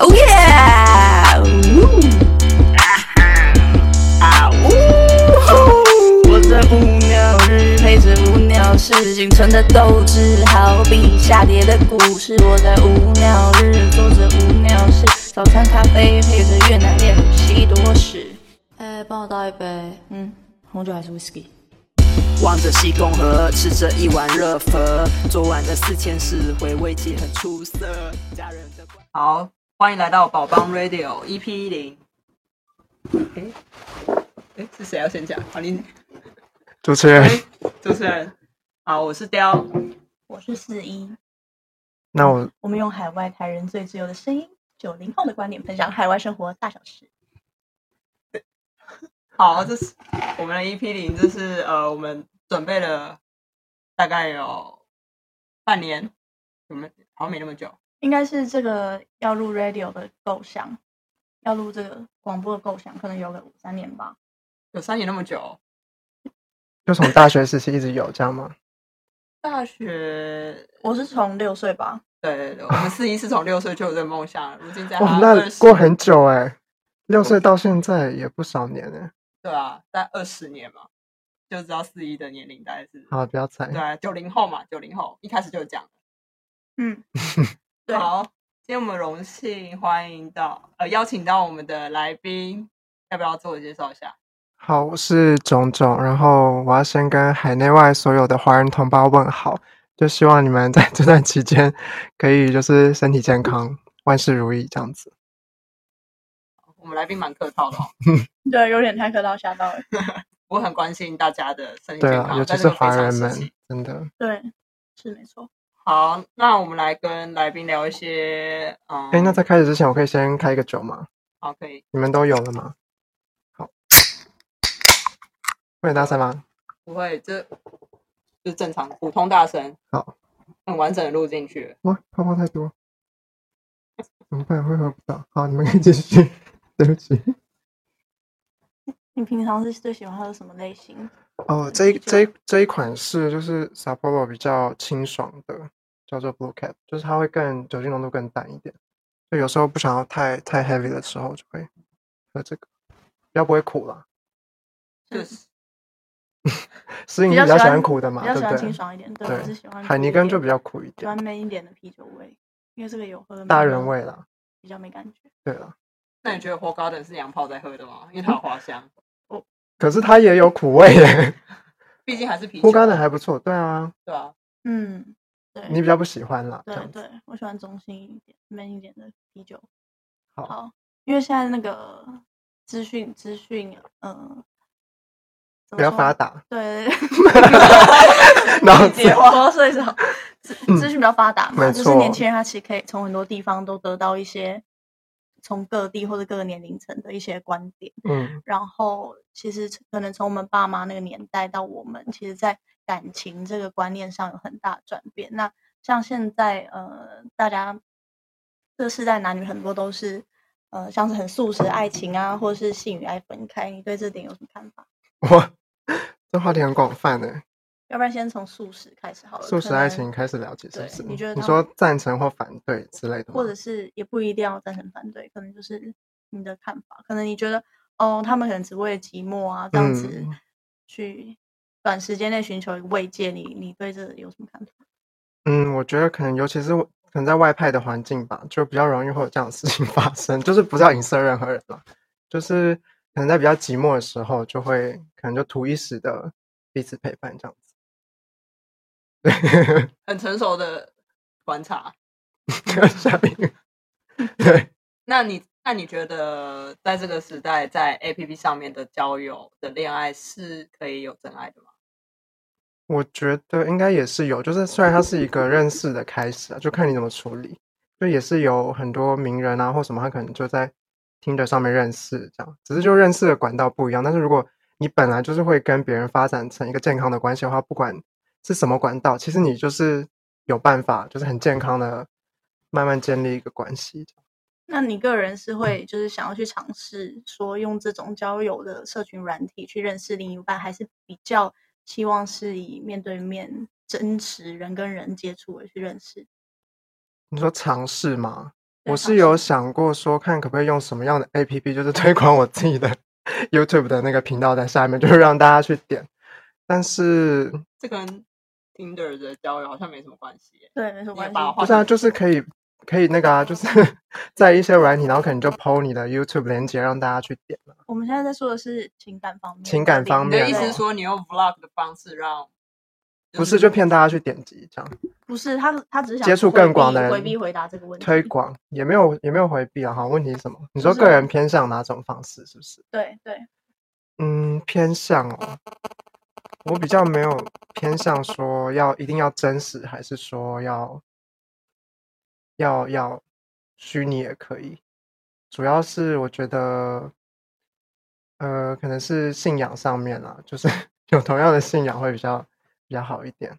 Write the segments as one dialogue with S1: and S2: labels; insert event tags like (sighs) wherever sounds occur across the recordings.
S1: Oh 幸存的斗志，好比下跌的股市。我在无聊日做着无聊事，早餐咖啡配着越南面，西多士。哎、帮我倒一杯，嗯，红酒还是 whisky？
S2: 望着西宫河，吃着一碗热粉。昨晚的四千四回味起很出色。家人的好，欢迎来到宝邦 Radio EP 一零。哎哎，是谁要先讲？好，你
S3: 主持人，
S2: 哎主持人，好，我是雕。
S4: 我是四一，
S3: 那我
S4: 我们用海外台人最自由的声音，九零后的观点分享海外生活大小事。
S2: 好，这是我们的 EP 零，这是呃，我们准备了大概有半年，我们好像没那么久。
S4: 应该是这个要录 radio 的构想，要录这个广播的构想，可能有个五三年吧。
S2: 有三年那么久，
S3: 就从大学时期一直有这
S2: (laughs)
S3: 样吗？
S2: 大学
S4: 我是从六岁吧，
S2: 对对对，我们四一是从六岁就有这个梦想了，如今在
S3: 哇，
S2: 他
S3: 那
S2: 二十，
S3: 过很久哎、六岁到现在也不少年哎、
S2: 对啊，在二十年嘛，就知道四一的年龄大概是
S3: 好，不要猜
S2: 对，啊，九零后嘛，九零后一开始就讲。
S4: 嗯，对
S2: 好，今天我们荣幸欢迎到呃邀请到我们的来宾，要不要自我介绍一下？
S3: 好，我是种种，然后我要先跟海内外所有的华人同胞问好，就希望你们在这段期间可以就是身体健康，万事如意这样子。
S2: 我们来宾蛮客套的、哦，
S4: 对，有点太客套吓到了。
S2: 我很关心大家的身体
S3: 对
S2: 健
S3: 啊，
S2: 康，
S3: 尤
S2: 在
S3: 其
S2: 这个
S3: 是
S2: 非
S3: 华
S2: 常
S3: 人
S2: 时
S3: 们
S2: 期，
S3: 真的。
S4: 对，是没错。
S2: 好，那我们来跟来宾聊一些，嗯，
S3: 哎，那在开始之前，我可以先开一个酒吗？
S2: 好，可以，
S3: 你们都有了吗？好，会很大声吗？
S2: 不会，这就正常普通大声，
S3: 好，
S2: 很完整的录进去了。
S3: 哇，泡泡太多，怎么办？会喝不到。好，你们可以继续。对不起。
S4: 你平常是最喜欢喝什么类型？
S3: 哦，这一这一这一款是就是 Sapporo 比较清爽的，叫做 Blue Cap，就是它会更酒精浓度更淡一点。就有时候不想要太太 heavy 的时候，就会喝这个，比较不会苦啦。嗯
S2: 就是
S3: 思颖
S4: 比
S3: 是
S4: 较
S3: 比较
S4: 喜
S3: 喜
S4: 欢
S3: 欢苦的嘛，
S4: 比较
S3: 对
S4: 喜
S3: 不
S4: 欢清
S3: 对？
S4: 爽一点，对，
S3: 对
S4: 我是喜欢
S3: 海
S4: 苦
S3: 尼
S4: 一
S3: 根
S4: 点
S3: 就比较苦一
S4: 喜
S3: 点，
S4: 欢闷一点的啤酒味，因为这个有喝
S3: 大
S4: 闷
S3: 人
S4: 就
S3: 味啦。
S4: 比较没感觉。
S3: 对啦，
S2: 那你觉得 h o g a r d e n 是洋炮在喝的吗？因为它有花香，
S3: 可是它也有苦
S4: (laughs)
S3: 味耶，
S2: 毕竟还是啤酒
S3: 护肝
S2: 啊，
S3: 的还不错。对啊，
S2: 对啊，
S4: 嗯，对，
S3: 你比较不喜欢啦，这
S4: 对
S3: 样子。
S4: 对，我喜欢中性一点、闷一点的啤酒。
S3: 好
S4: 因为现在那个资讯资讯，嗯、呃，
S3: 比较发
S4: 达。
S3: 达， (laughs)
S4: 对，(laughs)
S3: 然后嗯
S4: 对我所以说资资讯比较发达嘛，
S3: 没
S4: 就是年
S3: 错
S4: 轻人他其实可以从很多地方都得到一些从各地或者各个年龄层的一些观点。
S3: 嗯，
S4: 然后其实可能从我们爸妈那个年代到我们，其实，在感情这个观念上有很大的转变。那像现在呃，大家这个世代男女很多都是呃，像是很素食爱情啊，或是性与爱分开。你对这点有什么看法？
S3: 哇，这话题很广泛呢。
S4: 要不然先从素食开始好了，
S3: 素
S4: 哦可
S3: 食爱
S4: 能
S3: 情开始了解，是不
S4: 对
S3: 是？
S4: 你觉得
S3: 你
S4: 他
S3: 说赞成或反对之类的吗，
S4: 或者是也不一定要赞成反对，可能就是你的看法，可能你觉得哦，他们可能只为了寂寞啊这样子
S3: 嗯
S4: 去短时间内寻求一个慰藉，你你对这有什么看法？
S3: 嗯，我觉得可能尤其是我可能在外派的环境吧，就比较容易会有这样的事情发生， (laughs) 就是不是要影射任何人啦，就是可能在比较寂寞的时候，就会可能就图一时的彼此陪伴这样子。 (laughs) 对，
S2: 很成熟的观察。
S3: (laughs) 下面对，
S2: 那你那你觉得在这个时代，在 A P P 上面的交友的恋爱是可以有真爱的吗？
S3: 我觉得应该也是有，就是虽然它是一个认识的开始啊，就看你怎么处理，就也是有很多名人啊或什么，他可能就在听的上面认识这样，只是就认识的管道不一样。但是如果你本来就是会跟别人发展成一个健康的关系的话，不管是什么管道，其实你就是有办法，就是很健康的慢慢建立一个关系这样。
S4: 那你个人是
S3: 嗯
S4: 会就是想要去尝试说用这种交友的社群软体去认识另一半，还是比较希望是以面对面真实人跟人接触而去认识？
S3: 你说尝试吗？
S4: 对啊
S3: 我
S4: 尝
S3: 是有
S4: 试
S3: 想过说，看可不可以用什么样的 APP，就是推广我自己的 (laughs) YouTube 的那个频道在下面，就是让大家去点。但是
S2: 这跟 Tinder 的交友好像没什么关系耶。
S4: 对，没什么
S2: 你也
S4: 关系。
S2: 把我
S3: 不
S2: 画
S3: 是啊，就是可以可以那个啊，就是 (laughs) 在一些软体，然后可能就 PO 你的 YouTube 连接让大家去点嘛。
S4: 我们现在在说的是情感方面的领域，
S3: 情感方
S2: 你
S3: 面
S2: 的
S3: 啊
S2: 意思是说，你用 Vlog 的方式让
S3: 不是
S2: 嗯
S3: 就骗大家去点击这样
S4: 不是他，他只是想
S3: 接触
S4: 回
S3: 更广
S4: 避
S3: 的人
S4: 回避回答这个问题。
S3: 推广，也没有也没有回避啊。好，问题是什么？你说
S4: 就是
S3: 个人偏向哪种方式？是不是？
S4: 对对，
S3: 嗯，偏向哦，我比较没有偏向说要一定要真实，还是说要要要虚拟也可以。主要是我觉得，呃，可能是信仰上面啦，就是 (laughs) 有同样的信仰会比较比较好一点。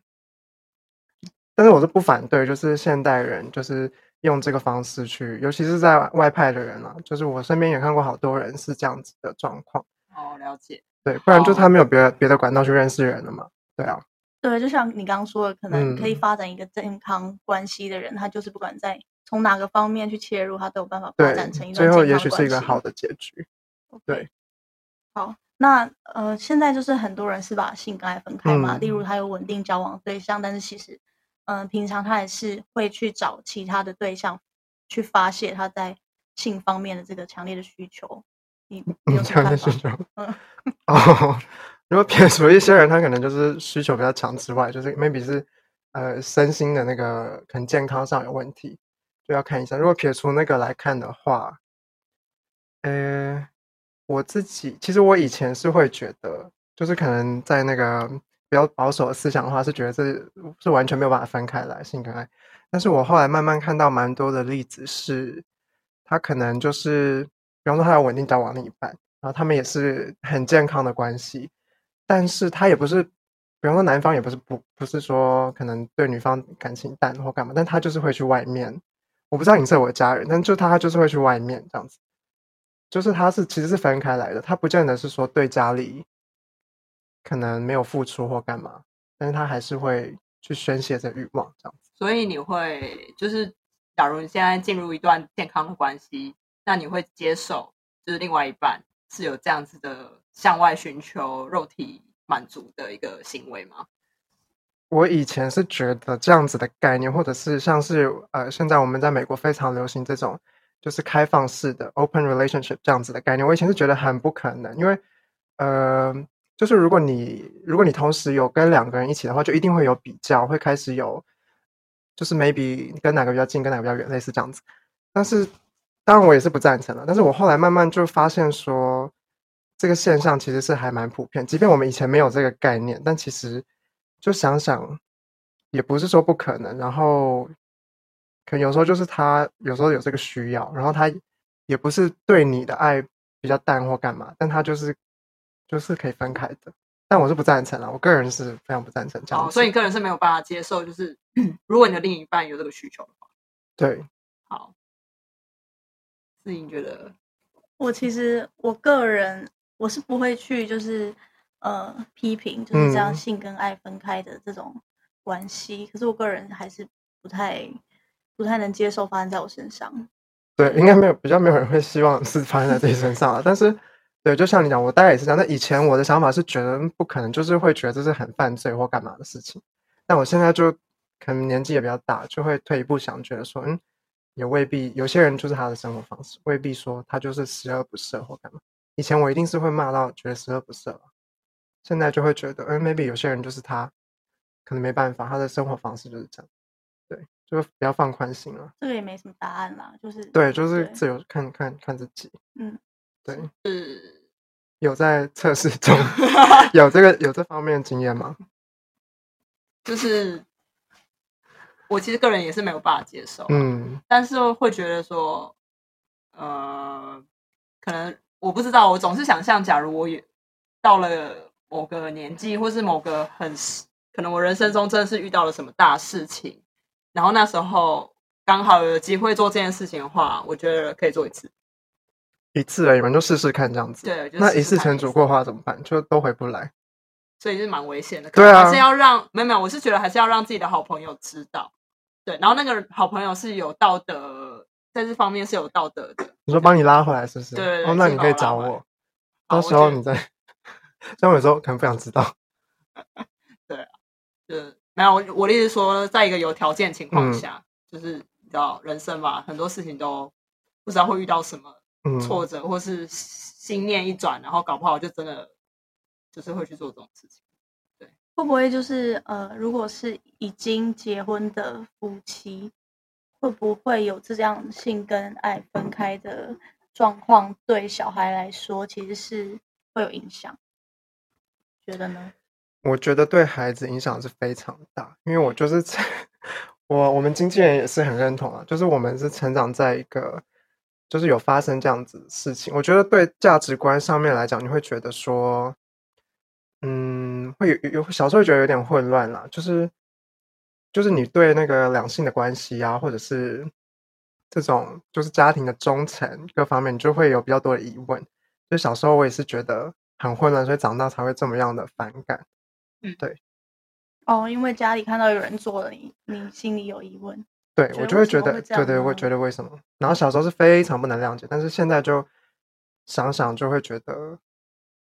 S3: 但是我是不反对，就是现代人就是用这个方式去，尤其是在外派的人啊，就是我身边也看过好多人是这样子的状况。
S2: 哦，了解。
S3: 对，不然就
S2: 哦
S3: 他没有别的别的管道去认识人了嘛。对啊，
S4: 对，就像你刚刚说的，可能可以
S3: 嗯
S4: 发展一个健康关系的人，他就是不管在从哪个方面去切入，他都有办法发展成一
S3: 对，
S4: 段健
S3: 最后
S4: 康
S3: 也
S4: 的
S3: 许是
S4: 关
S3: 一个
S4: 系
S3: 好。的结局。
S4: OK
S3: 对。
S4: 好，那呃，现在就是很多人是把性跟爱分开嘛，
S3: 嗯
S4: 例如他有稳定交往对象，但是其实，嗯、平常他也是会去找其他的对象去发泄他在性方面的这个强烈的需求。你你有
S3: 嗯，
S4: 什
S3: 这
S4: 么
S3: 样的
S4: 看法
S3: 需？求
S4: 嗯。
S3: (laughs) 哦，如果撇除一些人，他可能就是需求比较强之外，就是 maybe 是呃身心的那个可能健康上有问题，就要看医生。如果撇除那个来看的话，呃，我自己其实我以前是会觉得，就是可能在那个比较保守的思想的话，是觉得这是完全没有办法分开来性跟爱。但是我后来慢慢看到蛮多的例子是，他可能就是，比方说他有稳定交往另一半，然后他们也是很健康的关系，但是他也不是，比方说男方也不是不不是说可能对女方感情淡或干嘛，但他就是会去外面，我不知道你是我的家人，但就他就是会去外面这样子，就是他是其实是分开来的，他不见得是说对家里可能没有付出或干嘛，但是他还是会去宣泄着欲望这样子。
S2: 所以你会就是，假如你现在进入一段健康的关系，那你会接受，就是另外一半是有这样子的向外寻求肉体满足的一个行为吗？
S3: 我以前是觉得这样子的概念，或者是像是呃，现在我们在美国非常流行这种就是开放式的 open relationship 这样子的概念，我以前是觉得很不可能，因为呃，就是如果你如果你同时有跟两个人一起的话，就一定会有比较，会开始有就是 maybe 跟哪个比较近，跟哪个比较远，类似这样子。但是当然我也是不赞成了，但是我后来慢慢就发现说，这个现象其实是还蛮普遍，即便我们以前没有这个概念，但其实就想想，也不是说不可能。然后，可能有时候就是他有时候有这个需要，然后他也不是对你的爱比较淡或干嘛，但他就是就是可以分开的。但我是不赞成啦，我个人是非常不赞成这样
S2: 哦，
S3: 子。
S2: 所以你个人是没有办法接受，就是 (clears throat) 如果你的另一半有这个需求的话，
S3: 对，
S2: 好，自己觉得
S4: 我其实我个人我是不会去就是呃批评就是这样
S3: 嗯
S4: 性跟爱分开的这种关系，可是我个人还是不太不太能接受发生在我身上。
S3: 对，应该没有比较没有人会希望是发生在自己身上啊。但是，对，就像你讲，我大概也是这样。但以前我的想法是觉得不可能，就是会觉得这是很犯罪或干嘛的事情。但我现在就可能年纪也比较大，就会退一步想，觉得说，嗯，也未必有些人就是他的生活方式，未必说他就是十恶不赦或干嘛。以前我一定是会骂到觉得十恶不赦啊现在就会觉得，嗯，maybe 有些人就是他可能没办法，他的生活方式就是这样。对，就比较放宽心了。
S4: 这个也没什么答案啦，就是
S3: 对，就是
S4: 对
S3: 自由看看看自己。
S4: 嗯，
S3: 对，
S2: 是 (laughs)
S3: 有在测试中， (laughs) 有这个有这方面的经验吗？
S2: 哦就是我其实个人也是没有办法接受，
S3: 嗯，
S2: 但是会觉得说，呃，可能我不知道，我总是想象，假如我也到了某个年纪，或是某个很可能我人生中真的是遇到了什么大事情，然后那时候刚好有机会做这件事情的话，我觉得可以做一次。
S3: 一次而已嘛，就试试看这样子。
S2: 对，我就
S3: 那
S2: 试
S3: 一
S2: 试
S3: 次
S2: 看
S3: 成主过话怎么办？就都回不来。
S2: 所以是蛮危险的。
S3: 对啊
S2: 可能还是要让没有没有，我是觉得还是要让自己的好朋友知道。对，然后那个好朋友是有道德，在这方面是有道德的。
S3: 你说帮你拉回来是不是？
S2: 对对
S3: 哦，
S2: 对
S3: 那
S2: 是
S3: 你
S2: 把
S3: 可以
S2: 我拉
S3: 找
S2: 回来啊
S3: 我，到
S2: 我
S3: 时候 (laughs)
S2: 觉得
S3: 你再。虽然我有时候可能不想知道，
S2: 就是没有，我我的意思是说，在一个有条件的情
S3: 嗯
S2: 况下，就是你知道人生嘛，很多事情都不知道会遇到什么
S3: 嗯，
S2: 挫折，或是心念一转，然后搞不好就真的就是会去做这种事情。
S4: 会不会就是呃，如果是已经结婚的夫妻，会不会有这样性跟爱分开的状况？对小孩来说，其实是会有影响，觉得呢？
S3: 我觉得对孩子影响是非常大，因为我就是成我我们经纪人也是很认同啊，就是我们是成长在一个就是有发生这样子的事情，我觉得对价值观上面来讲，你会觉得说，嗯，会有有小时候会觉得有点混乱啦，就是就是你对那个两性的关系啊，或者是这种就是家庭的忠诚各方面，你就会有比较多的疑问。就小时候我也是觉得很混乱，所以长大才会这么样的反感。
S4: 哦，因为家里看到有人做了你，你心里有疑问。
S3: 对，
S4: 觉
S3: 我
S4: 得
S3: 就
S4: 为
S3: 会
S4: 什
S3: 觉
S4: 么
S3: 得，
S4: 会这
S3: 对
S4: 样
S3: 对，
S4: 呢
S3: 会觉得为什么？然后小时候是非常不能谅解，但是现在就想想就会觉得，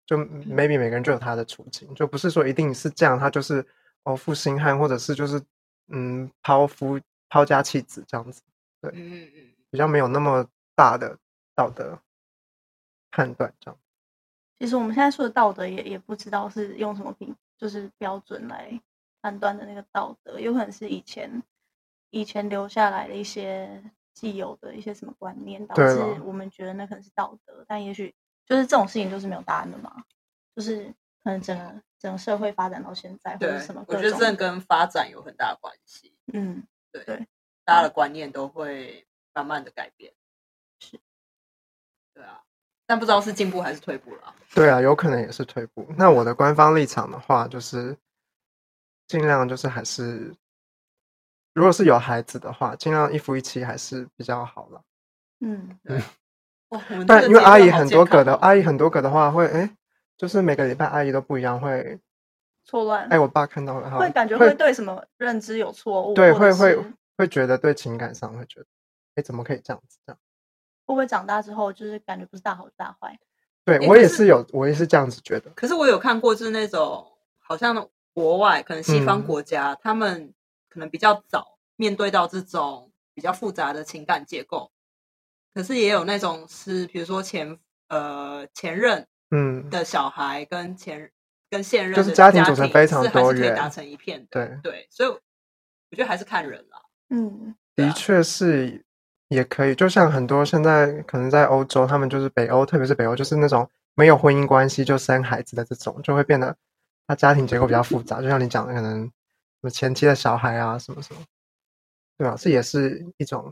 S3: 就
S4: 嗯
S3: maybe 每个人就有他的处境，就不是说一定是这样，他就是哦负心汉，或者是就是嗯抛夫抛家弃子这样子，
S2: 嗯嗯嗯。
S3: 比较没有那么大的道德判断这样。
S4: 其实我们现在说的道德也也不知道是用什么评，就是标准来判断的那个道德，有可能是以前以前留下来的一些既有的一些什么观念，导
S3: 对
S4: 致
S3: 了
S4: 我们觉得那可能是道德，但也许就是这种事情就是没有答案的嘛，就是可能整个整个社会发展到现在或
S2: 对
S4: 者什么，
S2: 我
S4: 各
S2: 觉得这
S4: 种，
S2: 跟发展有很大的关系。
S4: 嗯，
S2: 对，
S4: 对
S2: 大家的观念都会慢慢的改变。
S4: 是，
S2: 对啊，但不知道是进步还是退步了啊。
S3: 对啊，有可能也是退步。那我的官方立场的话，就是尽量就是还是，如果是有孩子的话，尽量一夫一妻还是比较好啦。
S4: 嗯，
S2: 哇，哦我们这
S3: 但
S2: 个
S3: 因为
S2: 结
S3: 阿
S2: 论
S3: 姨
S2: 好
S3: 很
S2: 健
S3: 多个
S2: 康
S3: 的，
S2: 哦
S3: 阿姨很多个的话会，哎，就是每个礼拜阿姨都不一样，会，
S4: 错乱
S3: 哎，我爸看到了，
S4: 会感觉会
S3: 会
S4: 对什么认知有错误，
S3: 对
S4: 或者
S3: 会会
S4: 是
S3: 会觉得对情感上会觉得，哎，怎么可以这样子这样？
S4: 会不会长大之后就是感觉不是大好就大坏，
S3: 对
S2: 诶
S3: 我
S2: 可
S3: 也
S2: 是
S3: 是有，我也是这样子觉得，
S2: 可是我有看过，就是那种好像国外可能西方
S3: 嗯
S2: 国家，他们可能比较早面对到这种比较复杂的情感结构，可是也有那种是比如说前呃前任
S3: 嗯，
S2: 的小孩跟前跟现任的
S3: 就是家庭组成
S2: 庭
S3: 非常
S2: 是还是
S3: 多
S2: 可以
S3: 元
S2: 达成一片的，
S3: 对，
S2: 对，所以我觉得还是看人啦。
S4: 嗯。
S2: 对
S3: 的
S2: 啊
S3: 确是也可以，就像很多现在可能在欧洲，他们就是北欧，特别是北欧，就是那种没有婚姻关系就生孩子的这种，就会变得他家庭结构比较复杂，就像你讲的，可能什么前妻的小孩啊，什么什么，对吧？这也是一种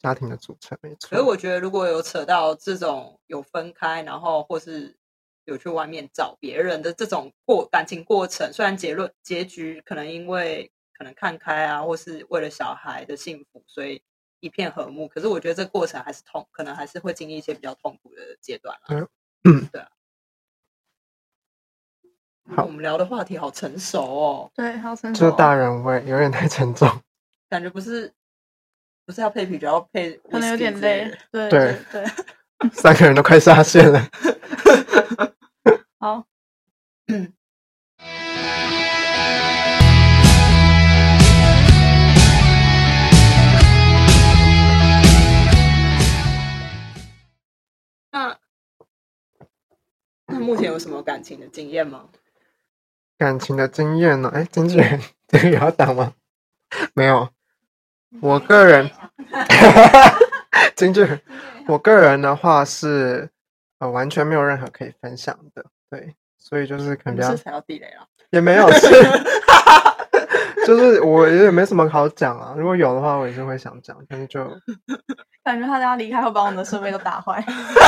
S3: 家庭的组成，没错。
S2: 可是我觉得如果有扯到这种有分开，然后或是有去外面找别人的这种过感情过程，虽然结论结局可能因为可能看开啊，或是为了小孩的幸福，所以一片和睦。可是我觉得这过程还是痛，可能还是会经历一些比较痛苦的阶段啦。
S3: 嗯
S2: 对啊。
S3: 好
S2: 我们聊的话嗯题好成熟哦，
S4: 对，还有成
S3: 这
S4: 熟。
S3: 大人味有点太沉
S2: (laughs)
S3: 重，
S2: 感觉不是不是要配啤酒，要配
S4: 可能有
S2: whisky
S4: 点
S2: 之类
S4: 累对
S2: 的。，
S3: 对
S4: 对。 (laughs)
S3: 三个人都快下线了。
S4: 好，
S2: 那那目前有什么感情的经验
S3: (laughs)
S2: 吗？
S3: 感情的经验呢？哎，经纪人， (laughs) 这个也要打吗？没有，
S2: 嗯
S3: 我个人， (laughs) 经纪人，我个人的话是呃完全没有任何可以分享的，对，所以就是可能
S2: 你
S3: 比较
S2: 是才要地雷啊！
S3: 也
S2: (laughs)
S3: 没有是，就是我也没什么好讲啊。如果有的话，我也是会想讲，但是就
S4: 感觉他家离开会把我们的设备都打坏。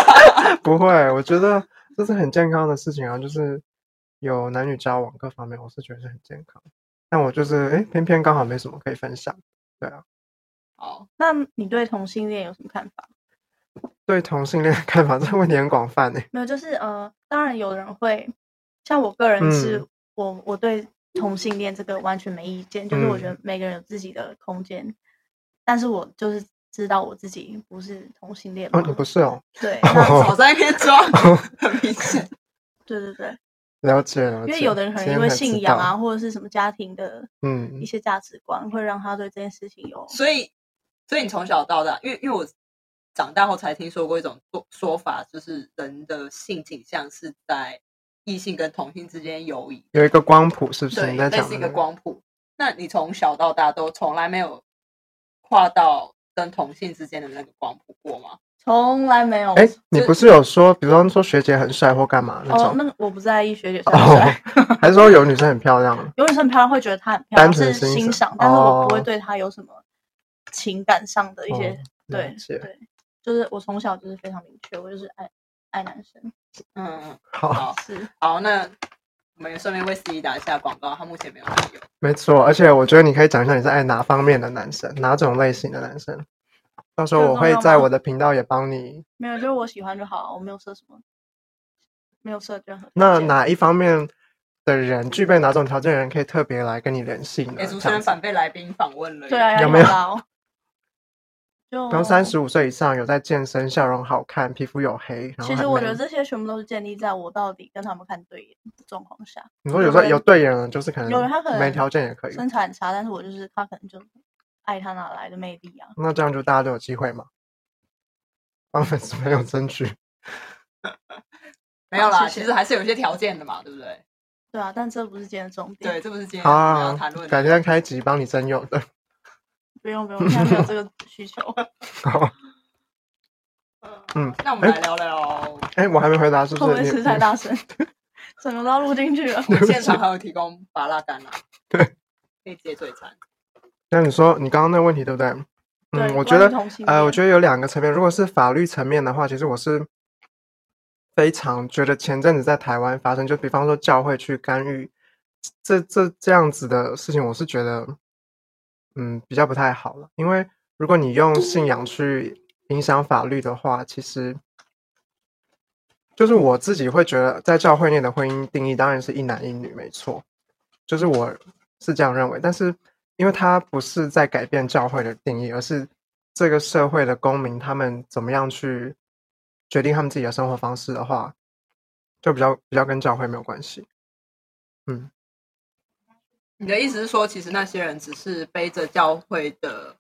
S4: (laughs)
S3: 不会，我觉得这是很健康的事情啊，就是有男女交往各方面，我是觉得是很健康。但我就是哎，诶偏偏刚好没什么可以分享。对啊， (laughs)
S2: 好，
S4: 那你对同性恋有什么看法？
S3: 对同性恋的看法，这个问题很广泛欸呢。
S4: 没有，就是呃，当然有人会，像我个人是，
S3: 嗯
S4: 我我对同性恋这个完全没意见，就是我觉
S3: 嗯
S4: 得每个人有自己的空间，但是我就是知道我自己不是同性恋嘛。
S3: 哦哦，你不是哦，
S4: 对，那
S2: (laughs) 早在一边装，很明显。
S4: 对对对，
S3: (laughs) 了解了
S4: 因
S3: 解。
S4: 为有的人可
S3: 今
S4: 能
S3: 天
S4: 因为
S3: 才
S4: 信
S3: 知
S4: 仰
S3: 道
S4: 啊，，或者是什么家庭的
S3: 嗯
S4: 一，些价值观，会让他对这件事情有
S2: 所以，所以你从小到大，因为因为我长大后才听说过一种说说法，就是人的性倾向是在异性跟同性之间游移，
S3: 有一个光谱是不是？
S2: 对，
S3: 你在
S2: 类
S3: 讲
S2: 似一
S3: 的
S2: 个
S3: 那个
S2: 光谱。那你从小到大都从来没有跨到跟同性之间的那个光谱过吗？
S4: 从来没有。
S3: 哎，你不是有说，比方说学姐很帅或干嘛那
S4: 哦，
S3: 种，
S4: 那个我不在意学姐帅不
S3: 哦
S4: 帅，
S3: 还是说有女生很漂亮？
S4: 有女生很漂亮会觉得她很漂亮，
S3: 单纯
S4: 是
S3: 欣
S4: 欣
S3: 赏
S4: 赏，但是我不会
S3: 哦
S4: 对她有什么情感上的一些、
S3: 哦了
S4: 对
S3: 解
S4: 对，就是我从小就是非常明确，我就是爱爱男生，
S2: 嗯，
S3: 好，
S2: 好
S4: 是
S2: 好，那我们也顺便为 C 打一下广告，他目前没有男友。
S3: 没错。而且我觉得你可以讲一下你是爱哪方面的男生，哪种类型的男生。到时候
S4: 这个
S3: 我
S4: 重
S3: 会
S4: 要
S3: 在
S4: 吗
S3: 我的频道也帮你。
S4: 没有，就是我喜欢就好，啊我没有设什么，没有设任何条
S3: 那
S4: 件
S3: 哪一方面的人具备哪种条件的人可以特别来跟你联系呢
S2: 哎、？主
S3: 这
S2: 持
S3: 样
S2: 人
S3: 子，
S2: 反被来宾访问了耶，
S4: 对啊，
S3: 有
S4: 要
S3: 没有
S4: 高？就
S3: 比方三。十五岁以上，有在健身，笑容好看，皮肤黝黑，然后
S4: 其实
S3: 很
S4: 我觉得
S3: 美
S4: 这些全部都是建立在我到底跟他们看对眼的状况下。
S3: 你说
S4: 有
S3: 有时候
S4: 人
S3: 有对眼了，就是可能
S4: 有人他可能
S3: 没条件也可以，
S4: 身材很差，但是我就是他可能就爱他哪来的魅力啊？
S3: 那这样就大家都有机会嘛，帮粉丝朋友争取。
S2: 没有啦，
S4: 好谢谢
S2: 其实还是有一些条件的嘛，对不对？
S4: 对啊，但这不是今天的重点。
S2: 对，这不是今天
S3: 好
S2: 我
S3: 啊
S2: 们
S3: 好
S2: 要
S3: 啊
S2: 谈论的。
S3: 改天开集帮你征友的。 (laughs)
S4: 不用不用，现在没有这个需求。
S3: 好，嗯
S2: 那我们来聊哦聊，
S3: 哎，我还没回答，是
S4: 会不
S3: 不
S4: 会
S3: 是你？
S4: 吃太大
S3: (laughs)
S4: 声？整个都要录进去了。
S2: 现场还有提供拔辣干啦，啊
S3: 对，
S2: 可以接嘴馋。
S3: 那你说你刚刚那个问题对不对？
S4: 对
S3: 嗯，我
S4: 关
S3: 觉
S4: 于
S3: 得
S4: 同性
S3: 呃，我
S4: 恋
S3: 觉得有两个层面。如果是法律层面的话，其实我是非常觉得前阵子在台湾发生，就比方说教会去干预这这这样子的事情，我是觉得嗯比较不太好了。因为如果你用信仰去影响法律的话，其实就是我自己会觉得，在教会内的婚姻定义当然是一男一女，没错，就是我是这样认为。但是因为它不是在改变教会的定义，而是这个社会的公民他们怎么样去决定他们自己的生活方式的话，就比较比较跟教会没有关系。
S2: 你的意思是说，其实那些人只是背着教会的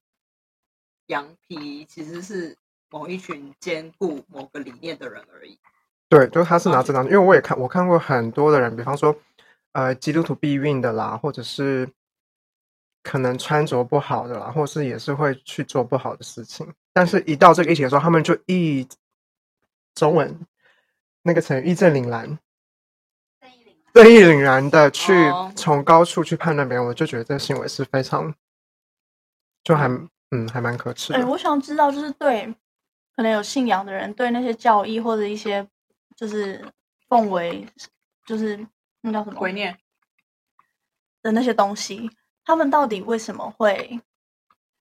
S2: 羊皮，其实是某一群兼顾某个理念的人而已。
S3: 对，就是他是拿
S2: 了
S3: 这张，因为我也看我看过很多的人，比方说，呃，基督徒避孕的啦，或者是可能穿着不好的啦，或是也是会去做不好的事情。但是，一到这个议题的时候，他们就一中文那个成语义正凛然，正义凛然的去
S2: 哦
S3: 从高处去判断别人，我就觉得这个行为是非常，就还嗯还蛮可耻
S4: 哎、
S3: 的。
S4: 我想知道，就是对可能有信仰的人，对那些教义或者一些就是奉为就是那叫什么
S2: 鬼念，
S4: 的那些东西，他们到底为什么会？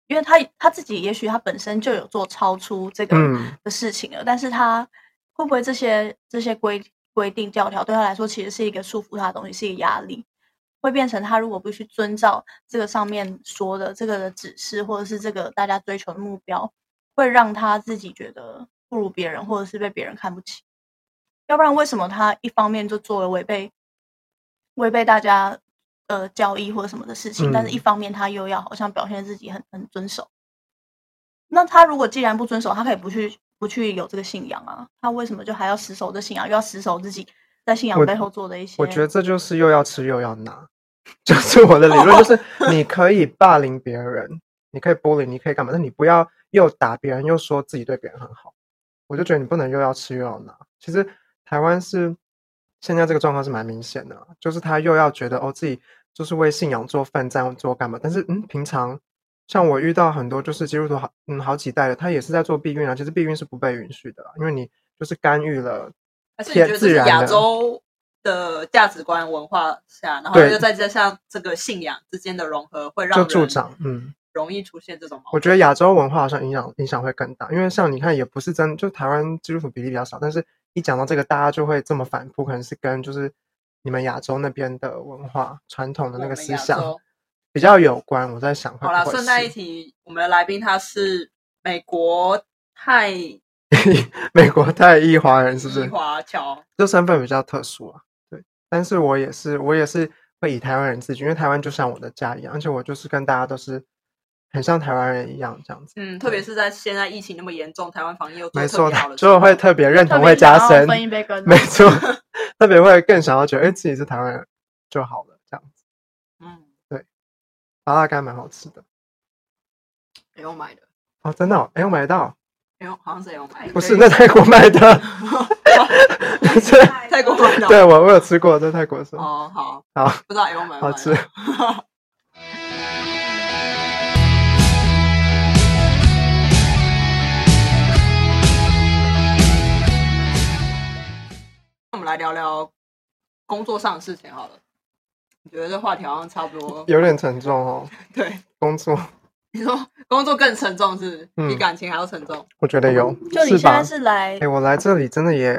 S4: 因为他他自己也许他本身就有做超出这个
S3: 嗯
S4: 的事情了，但是他会不会这些这些规规定教条对他来说其实是一个束缚他的东西，是一个压力，会变成他如果不去遵照这个上面说的这个的指示，或者是这个大家追求的目标，会让他自己觉得不如别人，或者是被别人看不起。要不然为什么他一方面就做了违背违背大家呃交易或者什么的事情，但是一
S3: 嗯
S4: 方面他又要好像表现自己很很遵守。那他如果既然不遵守，他可以不去不去有这个信仰啊，他为什么就还要死守这信仰，又要死守自己在信仰
S3: 我
S4: 背后做的一些？
S3: 我觉得这就是又要吃又要拿， (laughs) 就是我的理论，就是你可以霸凌别人，你可以bully，你可以干嘛，但你不要又打别人，又说自己对别人很好。我就觉得你不能又要吃又要拿。其实台湾是现在这个状况是蛮明显的啦，就是他又要觉得哦自己就是为信仰做奋战做干嘛，但是嗯平常像我遇到很多就是基督徒好嗯好几代的，他也是在做避孕啊，其实避孕是不被允许的啦，因为你就是干预了。
S2: 还是你
S3: 天
S2: 觉得这
S3: 自
S2: 是
S3: 然
S2: 亚
S3: 的
S2: 洲的价值观文化下，然后
S3: 对
S2: 又再加上这个信仰之间的融合，会让
S3: 就助
S2: 人
S3: 长嗯
S2: 容易出现这种矛
S3: 我
S2: 盾。
S3: 觉得亚洲文化好像影响影响会更大，因为像你看，也不是真就台湾基督徒比例比较少，但是一讲到这个，大家就会这么反扑，可能是跟就是你们亚洲那边的文化传统的那
S2: 我
S3: 个
S2: 们
S3: 思
S2: 亚
S3: 想
S2: 洲
S3: 比较有关。我在想会
S2: 好啦，
S3: 不会
S2: 顺带一
S3: (laughs) 是
S2: 提，我们的来宾他是美国泰裔
S3: 美国太裔华人是不是？
S2: 华侨，
S3: 就身份比较特殊啊，对。但是我也是我也是会以台湾人自居，因为台湾就像我的家一样，而且我就是跟大家都是很像台湾人一样这样子。
S2: 嗯，特别是在现在疫情那么严重，台湾防疫又做得
S3: 没错
S2: 特别好，的时
S3: 就
S2: 候，
S3: 会特别认
S4: 特
S3: 同，
S4: 别
S3: 会加
S4: 想要
S3: 深，
S4: 分一杯羹 (laughs)
S3: (laughs) 没错，特别会更想要觉得，哎、自己是台湾人就好了，这样子。
S2: 嗯，
S3: 麻辣干蛮好吃的
S2: 没有买的，
S3: 哦，真的、哦，哎、我买得到，
S2: 没有，好像是没有买的，
S3: 不是那泰国买的，是，
S2: (laughs) 泰国买
S3: (laughs)
S2: 的。
S3: 对我我有吃过，在泰国是、
S2: 哦，好，
S3: 好
S2: 不知道有没有买，
S3: 好吃。
S2: 我们来聊聊工作上的事情好了。你觉得这话题好像差不多？
S3: 有点沉重哦，
S2: 对，
S3: 工作
S2: 你说工作更沉重是不是
S3: 嗯
S2: 比感情还要沉重。
S3: 我觉得有，
S4: 就你
S3: 是
S4: 现在
S3: 吧？
S4: 是来
S3: 哎、我来这里真的也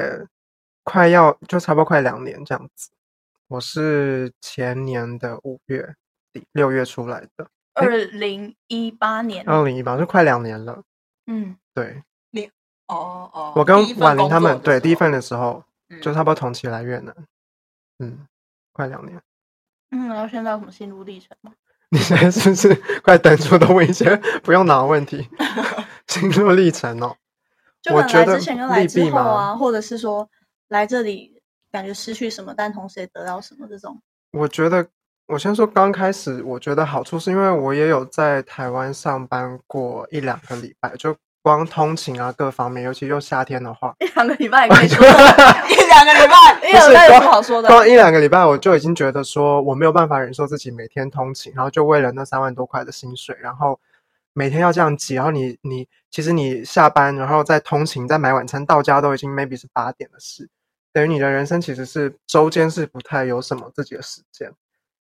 S3: 快要就差不多快两年这样子，我是前年的五月底六月出来的，
S4: 二零一八年，
S3: 二零一八就快两年了，
S4: 嗯，
S3: 对
S2: 哦哦，
S3: 我
S2: 第一
S3: 跟
S2: 份
S3: 婉玲
S2: 工
S3: 他
S2: 作
S3: 们
S2: 的
S3: 对
S2: 时
S3: 第一
S2: 候
S3: 份的时候，
S2: 嗯
S3: 就差不多同期来越南，嗯，快两年。 (laughs)
S4: 嗯，然后现在有什么心路历程吗？
S3: 你现在是不是 (laughs) 快等出都问一些 (laughs) 不用脑的
S4: (laughs)
S3: 问题？心路历程哦，
S4: 就
S3: 我
S4: 可能
S3: 觉
S4: 来
S3: 得
S4: 之前跟来
S3: 利
S4: 之
S3: 弊
S4: 后啊，
S3: 吗
S4: 或者是说来这里感觉失去什么，但同时也得到什么这种。
S3: 我觉得我先说刚开始，我觉得好处是因为我也有在台湾上班过一两个礼拜，就光通勤啊各方面，尤其又夏天的话， (laughs)
S4: 一 (laughs) 两个礼拜也可以说，
S2: (laughs) 一两个礼拜，
S4: (laughs) 一两个礼拜有什么好说的？
S3: 光一两个礼拜我就已经觉得说我没有办法忍受自己每天通勤，然后就为了那三万多块的薪水，然后每天要这样挤，然后你你其实你下班然后再通勤再买晚餐到家都已经 maybe 是八点的事，等于你的人生其实是周间是不太有什么自己的时间。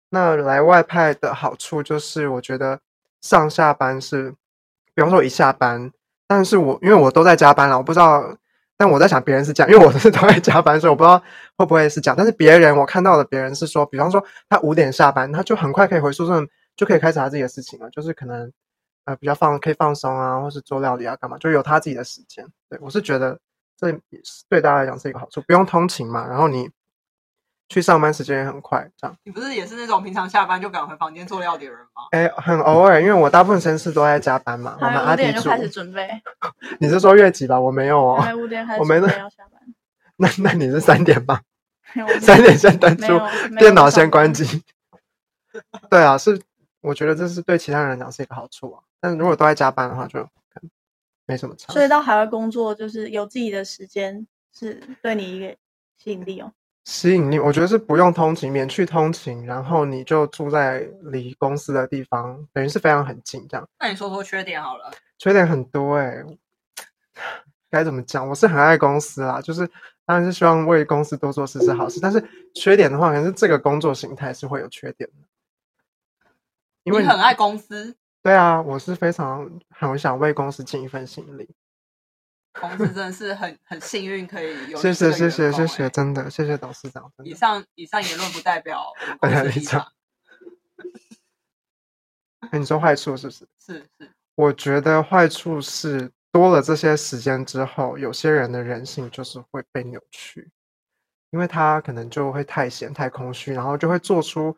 S3: 那来外派的好处就是，我觉得上下班是，比方说我一下班，但是我因为我都在加班了，我不知道，但我在想别人是这样，因为我是都在加班，所以我不知道会不会是这样。但是别人我看到的别人是说，比方说他五点下班，他就很快可以回宿舍，就可以开始他自己的事情了，就是可能呃比较放可以放松啊，或是做料理啊干嘛，就有他自己的时间。对我是觉得这也是对大家来讲是一个好处，不用通勤嘛，然后你去上班时间也很快，这样。
S2: 你不是也是那种平常下班就赶回房间做料理的人吗？
S3: 哎，很偶尔，因为我大部分城市都在加班嘛。我们
S4: 还
S3: 阿
S4: 五
S3: 迪
S4: 点就
S3: 组，
S4: 开始准备，
S3: 你是说越级吧？我没有哦。
S4: 还五点开始
S3: 我没
S4: 准备
S3: 那
S4: 要下班。
S3: (laughs)
S4: (laughs)
S3: 那那你是三点吧？
S4: 没有我没有
S3: 三点先登
S4: 没
S3: 出
S4: 有没，有
S3: 电脑
S4: 上
S3: 先关
S4: 班 (laughs)
S3: 机。对啊，是我觉得这是对其他人来讲是一个好处啊。但如果都在加班的话，就没什么差。
S4: 所以到海外工作就是有自己的时间，是对你一个吸引力哦。
S3: 吸引力，我觉得是不用通勤，免去通勤，然后你就住在离公司的地方，等于是非常很近这样。
S2: 那你说说缺点好了。
S3: 缺点很多哎、 (sighs) 该怎么讲？我是很爱公司啦，就是当然是希望为公司多做事是好事，但是缺点的话，可能是这个工作形态是会有缺点的，因为
S2: 你很爱公司，
S3: 对啊，我是非常很想为公司尽一份心力，
S2: 公司真的是很很幸运可以有
S3: 谢
S2: 你
S3: 谢
S2: 这个
S3: 谢谢
S2: 员工
S3: 谢
S2: 欸
S3: 谢，。真的谢谢董事长，真
S2: 以
S3: 的
S2: 上以上言论不代表我们公
S3: (laughs)
S2: 司的立场，
S3: 哎你说坏处是不是？
S2: 是是，
S3: 我觉得坏处是多了这些时间之后，有些人的人性就是会被扭曲，因为他可能就会太闲、太空虚，然后就会做出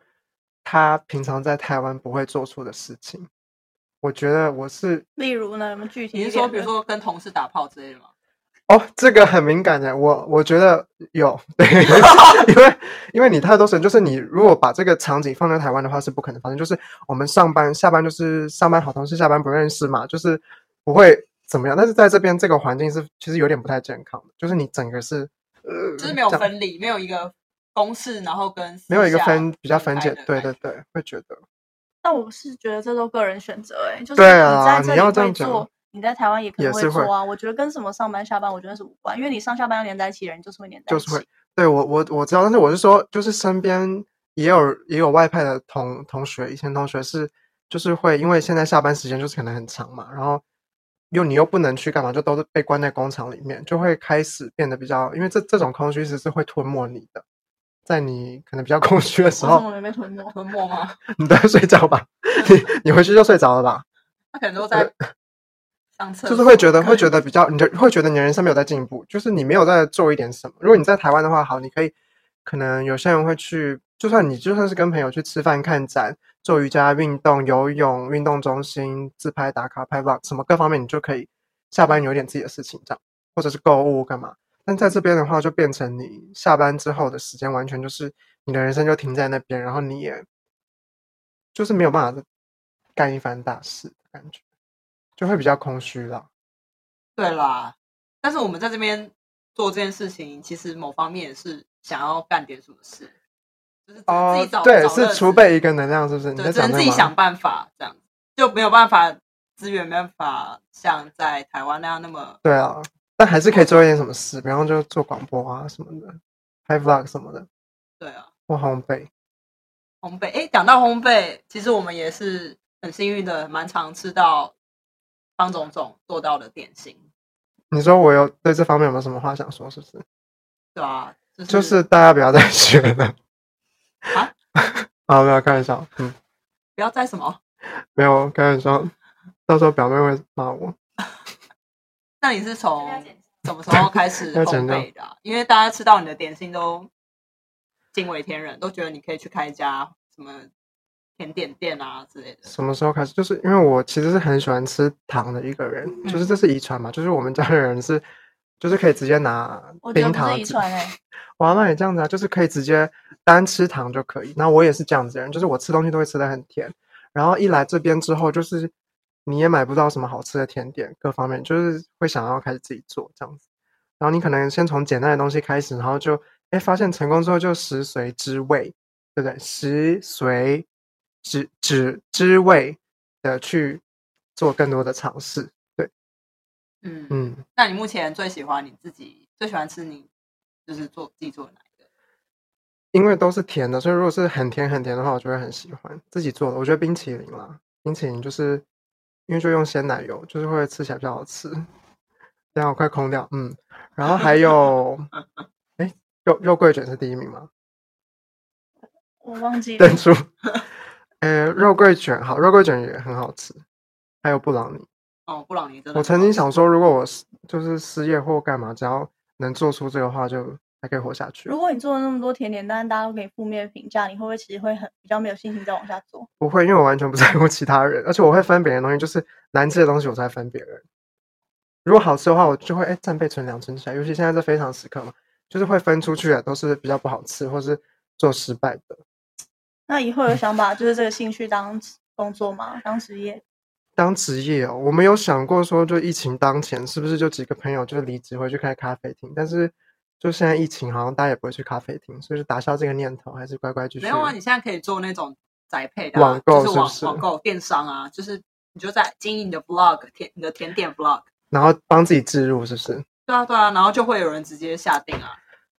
S3: 他平常在台湾不会做出的事情。我觉得我是
S4: 例如呢，我们具体
S2: 你
S4: 一
S2: 是
S4: 点
S2: 说比如
S4: 的
S2: 说跟同事打炮之类的吗？
S3: 哦，这个很敏感的，我我觉得有对， (laughs) 因为因为你太多时间，就是你如果把这个场景放在台湾的话是不可能发生，就是我们上班下班就是上班好同事，下班不认识嘛，就是不会怎么样。但是在这边这个环境是其实有点不太健康的，就是你整个是呃，
S2: 就是没有
S3: 这样
S2: 分离，没有一个公式，然后跟私
S3: 没有一个
S2: 下
S3: 分比较分
S2: 开
S3: 解
S2: 的，
S3: 对
S2: 感
S3: 对
S2: 觉，
S3: 对，会觉得
S4: 但我是觉得这都个人选择、欸，哎，就是
S3: 对啊
S4: 在这
S3: 你
S4: 里
S3: 要这
S4: 会
S3: 样讲
S4: 做，你在台湾也可能
S3: 也是会
S4: 做啊。我觉得跟什么上班下班，我觉得是无关，因为你上下班要连在一起，人就是会连在
S3: 就
S4: 一
S3: 是
S4: 起。
S3: 会对我我我知道，但是我是说，就是身边也有也有外派的同同学，以前同学是就是会因为现在下班时间就是可能很长嘛，然后又你又不能去干嘛，就都是被关在工厂里面，就会开始变得比较，因为这这种空虚其实是会吞没你的，在你可能比较空虚的时
S4: 为什
S3: 候，
S4: 么没被吞没？
S2: 吞没吗？
S3: 你都在睡觉吧， (laughs) 你你回去就睡着了吧，
S2: 他可能都在 (laughs) 上厕所，
S3: 呃就是会觉得会觉得比较，你的会觉得你的人生没有在进步，就是你没有在做一点什么。如果你在台湾的话，好，你可以可能有些人会去，就算你就算是跟朋友去吃饭、看展、做瑜伽、运动、游泳、运动中心、自拍、打卡、拍 vlog 什么各方面，你就可以下班有点自己的事情这样，或者是购物干嘛。但在这边的话，就变成你下班之后的时间完全就是你的人生就停在那边，然后你也就是没有办法干一番大事的感觉，就会比较空虚啦。
S2: 对啦，但是我们在这边做这件事情，其实某方面也是想要干点什么事，就是
S3: 哦
S2: 自己找、
S3: 对，
S2: 找乐
S3: 是
S2: 子
S3: 储备一个能量，是不是？你
S2: 对，
S3: 在
S2: 只
S3: 讲
S2: 能
S3: 这
S2: 自己
S3: 吗
S2: 想办法，这样就没有办法资源没办法像在台湾那样那么
S3: 对啊，但还是可以做一点什么事，比方就做广播啊什么的，拍 vlog 什么的，
S2: 对啊。
S3: 或烘焙。
S2: 烘焙，哎，讲到烘焙，其实我们也是很幸运的，蛮常吃到方总总做到的点心，
S3: 你说我有对这方面有没有什么话想说？是不是？
S2: 对啊，就是
S3: 就是大家不要再 (laughs) 学了 (laughs)
S2: 啊！
S3: 啊，没有开玩笑，嗯，
S2: 不要再什么。
S3: 没有开玩笑，到时候表妹会骂我。
S2: 那你是从
S3: 哦
S2: 什么时候开始
S3: (laughs) 要
S2: 烘
S3: 剪掉
S2: 焙的啊、因为大家吃到你的点心都惊为天人，都觉得你可以去开一家什么甜点店啊之类的。
S3: 什么时候开始？就是因为我其实是很喜欢吃糖的一个人，
S2: 嗯
S3: 就是这是遗传嘛，就是我们家的人是，就是可以直接拿
S4: 我觉得
S3: 冰
S4: 不
S3: 糖
S4: 是遗
S3: 纸
S4: 传哎，
S3: 我阿妈也这样子啊，就是可以直接单吃糖就可以。那我也是这样子的人，就是我吃东西都会吃的很甜。然后一来这边之后，就是你也买不到什么好吃的甜点，各方面就是会想要开始自己做这样子。然后你可能先从简单的东西开始，然后就哎发现成功之后就食髓知味，对不对？食髓知知知味的去做更多的尝试。对，
S2: 嗯，
S3: 嗯。
S2: 那你目前最喜欢你自己最喜欢吃你就是做自己做的哪一个？
S3: 因为都是甜的，所以如果是很甜很甜的话，我就会很喜欢自己做的。我觉得冰淇淋啦，冰淇淋就是因为就用鲜奶油，就是会吃起来比较好吃。等一下我快空掉，嗯，然后还有，哎，肉肉桂卷是第一名吗？
S4: 我忘
S3: (laughs)
S4: 记了
S3: 邓。叔，呃，肉桂卷好，肉桂卷也很好吃，还有布朗尼。
S2: 哦，布朗尼真的。
S3: 我曾经想，说，如果我失就是失业或干嘛，只要能做出这个话，就还可以活下去。
S4: 如果你做了那么多甜点，但是大家都给你负面评价，你会不会其实会很比较没有信心再往下做？
S3: 不会，因为我完全不在 (laughs) 乎其他人，而且我会分别人的东西，就是难吃的东西我才分别人。如果好吃的话，我就会哎战备存粮存起来，尤其现在这非常时刻嘛，就是会分出去的都是比较不好吃或是做失败的。
S4: 那以后有想把就是这个兴趣当工作吗？当职业？
S3: 当职业哦，我们有想过说，就疫情当前是不是就几个朋友就离职回去开咖啡厅？但是就现在疫情，好像大家也不会去咖啡厅，所以就打消这个念头，还是乖乖继续。
S2: 没有啊，你现在可以做那种宅配的、啊、
S3: 网购
S2: 就是
S3: 是不
S2: 网
S3: 是
S2: 网购电商啊，就是你就在经营你的 blog 甜你的甜点 blog。
S3: 然后帮自己置入，是不是？
S2: 对啊，对啊，然后就会有人直接下定啊。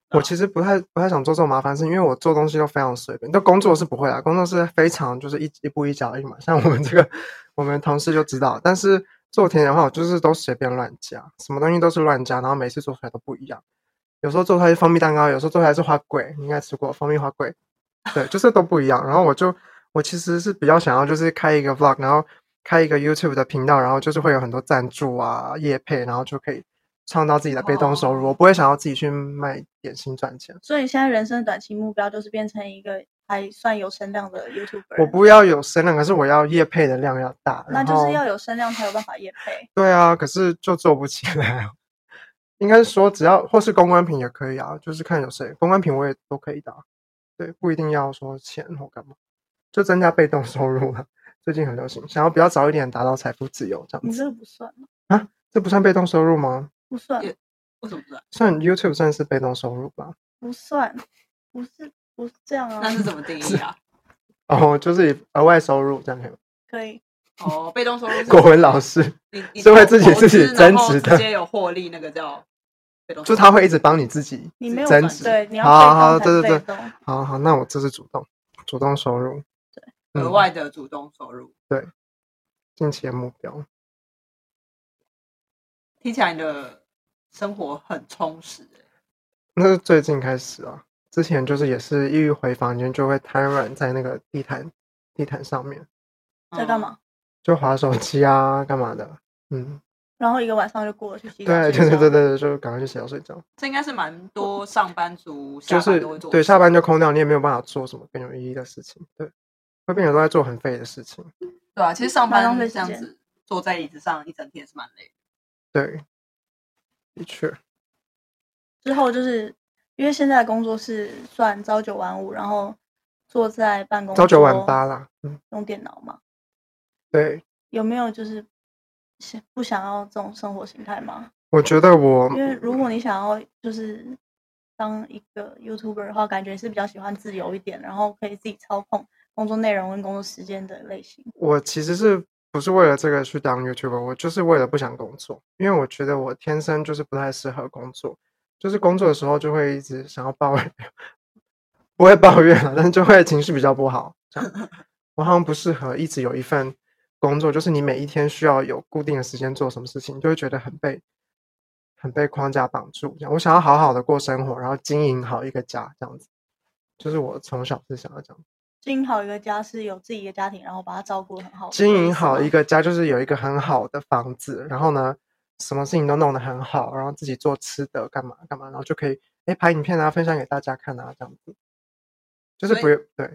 S3: 我其实不太不太想做这种麻烦事，因为我做东西都非常随便。但工作是不会啊，工作是非常就是一一步一脚印嘛。像我们这个，我们同事就知道。但是做甜点的话，我就是都随便乱加，什么东西都是乱加，然后每次做出来都不一样。有时候做出来是蜂蜜蛋糕，有时候做出来是花桂，你应该吃过蜂蜜花桂，对，就是都不一样。然后我就我其实是比较想要就是开一个 vlog，然后开一个 YouTube 的频道，然后就是会有很多赞助啊、业配，然后就可以创造自己的被动收入。
S2: 哦
S3: 我不会想要自己去卖点心赚钱。
S4: 所以你现在人生的短期目标就是变成一个还算有声量的 YouTuber。
S3: 我，不要有声量，可是我要业配的量要大。
S4: 那
S3: 然
S4: 就是
S3: 后
S4: 要有声量才有办法业
S3: (laughs)
S4: 配。
S3: 对啊，可是就做不起来。啊应该是说，只要或是公关品也可以啊，就是看有谁公关品我也都可以的啊、对，不一定要说钱或干嘛，就增加被动收入啊。最近很流行，想要比较早一点达到财富自由这样
S4: 你
S2: 嗯
S3: 子，
S4: 这个不算，
S3: 这不算被动收入吗？
S4: 不算，
S2: 也为什么不是？
S3: 算 YouTube 算是被动收入吧？
S4: 不算，不是，不是这样啊
S2: 那。是怎么定义
S4: (laughs)
S2: 啊？
S3: 哦，就是以额外收入这样可以吗？
S4: 可以，
S2: 哦，被动收入是
S3: 国文老师
S2: 你你
S3: 是会
S2: 投
S3: 自己
S2: 投
S3: 自己
S2: 资然
S3: 增
S2: 后
S3: 值
S2: 直
S3: 的
S2: 接有获利，那个叫被动收
S3: 就
S2: 入。
S3: 他会一直帮你自己
S4: 你没有
S3: 增
S4: 管
S3: 值。
S4: 对，你要
S3: 好好，
S4: 被动
S3: 对
S4: 才
S3: 对
S4: 被
S3: 对，
S4: 动。
S3: 好好，那我这是主动主动收入，对
S2: 额外的主动收入。
S3: 近期的目标。
S2: 听起来你的生活很充实、欸，
S3: 那是最近开始啊，之前就是也是一回房间就会瘫软在那个地毯地毯上面，
S2: 哦
S4: 在干嘛？
S3: 就划手机啊，干嘛的。嗯，
S4: 然后一个晚上就过了
S3: (laughs)
S4: 去洗澡。
S3: 对
S4: 睡
S3: 对对
S4: 觉
S3: 对对对，就赶快去洗澡睡觉，
S2: 这应该是蛮多上班族
S3: 就
S2: 下班
S3: 是
S2: 都会做的
S3: 对
S2: 事
S3: 下班就空掉，你也没有办法做什么更有意义的事情，对，会变成都在做很废的事情，
S2: 对啊，其实上
S4: 蛮
S2: 班
S4: 浪费时
S2: 这样
S4: 间
S2: 子坐在椅子上一整天也是蛮累的。
S3: 对，的确，
S4: 之后就是因为现在的工作是算朝九晚五，然后坐在办公
S3: 朝九晚
S4: 桌
S3: 八啦，嗯，
S4: 用电脑嘛，
S3: 对，
S4: 有没有就是想不想要这种生活形态吗？
S3: 我觉得我
S4: 因为如果你想要就是当一个 YouTuber 的话，感觉是比较喜欢自由一点，然后可以自己操控工作内容跟工作时间的类型。
S3: 我其实是不是为了这个去当 YouTuber，我就是为了不想工作，因为我觉得我天生就是不太适合工作，就是工作的时候就会一直想要抱怨， (laughs) 不会抱怨啊了，但是就会情绪比较不好。这样，我好像不适合一直有一份工作，就是你每一天需要有固定的时间做什么事情，就会觉得很被很被框架绑住。这样，我想要好好的过生活，然后经营好一个家，这样子，就是我从小是想要这样。
S4: 经营好一个家是有自己的家庭，然后把它照顾得很好的意思吗。
S3: 经营好一个家，就是有一个很好的房子，然后呢，什么事情都弄得很好，然后自己做吃的，干嘛干嘛，然后就可以哎拍影片啊，分享给大家看啊，这样子，就是不
S2: 所以
S3: 用对，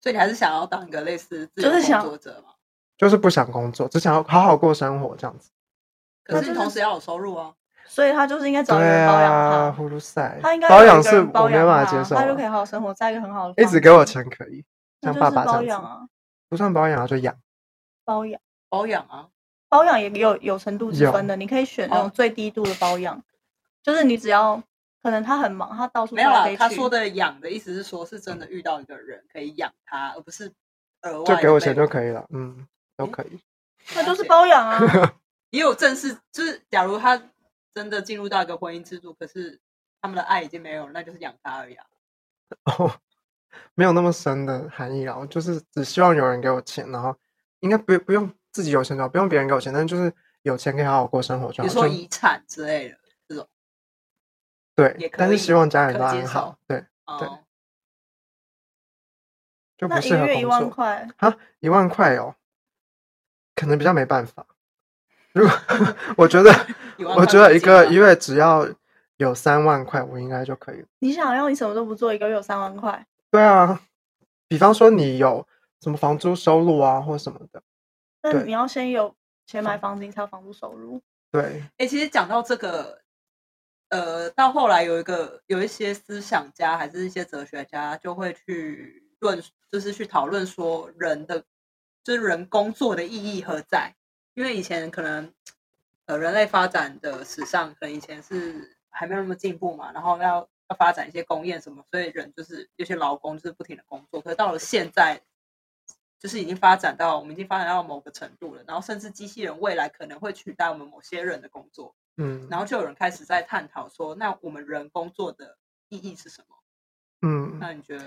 S2: 所以你还是想要当一个类似自由
S4: 就是想
S2: 工作者嘛？
S3: 就是不想工作，只想要好好过生活这样子。
S2: 可
S4: 那
S2: 是
S4: 就
S2: 你
S4: 是
S2: 同时要有收入啊。
S4: 所以他就是应该找一个
S3: 对
S4: 人包养他。
S3: 啊，呼噜赛，
S4: 他应该有
S3: 包
S4: 一
S3: 养
S4: 个
S3: 是
S4: 人包
S3: 我没
S4: 养
S3: 办法
S4: 他
S3: 接受、
S4: 他
S3: 啊
S4: 就可以，好好生活在一个很好的，
S3: 一直给我，钱可以，
S4: 那
S3: 像
S4: 就
S3: 爸
S4: 是
S3: 爸
S4: 包
S3: 这
S4: 养
S3: 样子，
S4: 啊，
S3: 不算包养啊，就养。
S4: 包养，
S2: 保养啊，
S4: 包养也有有程度之
S3: 有
S4: 分的，你可以选那种
S2: 哦
S4: 最低度的包养，就是你只要可能他很忙，他到处
S2: 没有
S4: 飞来
S2: 啦
S4: 飞。去
S2: 他说的养的意思是说，是真的遇到一个人可以养他，而不是额外
S3: 就
S2: 的
S3: 给
S2: 被
S3: 我钱就可以了，嗯，都可以。
S4: 那就是包养啊，
S2: 也有正式，就是假如他真的进入到一个婚姻制度，可是他们的爱已经没有了，那就是养他而已啊。
S3: 哦，没有那么深的含义啦，我就是只希望有人给我钱，然后应该不不用自己有钱就好，不用别人给我钱，但是就是有钱可以好好过生活
S2: 比
S3: 就
S2: 如
S3: 好。
S2: 说
S3: 啊就
S2: 遗产之类的。也
S3: 对，
S2: 可
S3: 但是
S2: 以
S3: 希望家人
S2: 可
S3: 都
S2: 接
S3: 安
S2: 受
S3: 好，对，对
S2: 哦，
S3: 就
S4: 那
S3: 不
S4: 一
S3: 适
S4: 个
S3: 合
S4: 月一万
S3: 工作
S4: 块，
S3: 啊，一万块哦，可能比较没办法。如果 (laughs) 我觉得，
S2: (laughs) 一万
S3: 我
S2: 块
S3: 觉得
S2: 美
S3: 一
S2: 金
S3: 个
S2: 吧
S3: 月只要有三万块，我应该就可以了。
S4: 你想要你什么都不做，一个月有三万块，
S3: 对啊，比方说你有什么房租收入啊，或什么的，
S4: 那
S3: 对
S4: 你要先有钱买房子，你才有房租收入。
S3: 对，
S2: 哎、其实讲到这个，呃，到后来有一个有一些思想家还是一些哲学家就会去论，就是去讨论说人的，就是人工作的意义何在？因为以前可能，呃，人类发展的史上可能以前是还没有那么进步嘛，然后要要发展一些工业什么，所以人就是有些劳工就是不停的工作。可是到了现在，就是已经发展到我们已经发展到某个程度了，然后甚至机器人未来可能会取代我们某些人的工作，
S3: 嗯
S2: 然后就有人开始在探讨说，那我们人工作的意义是什么？
S3: 嗯。
S2: 那你觉得？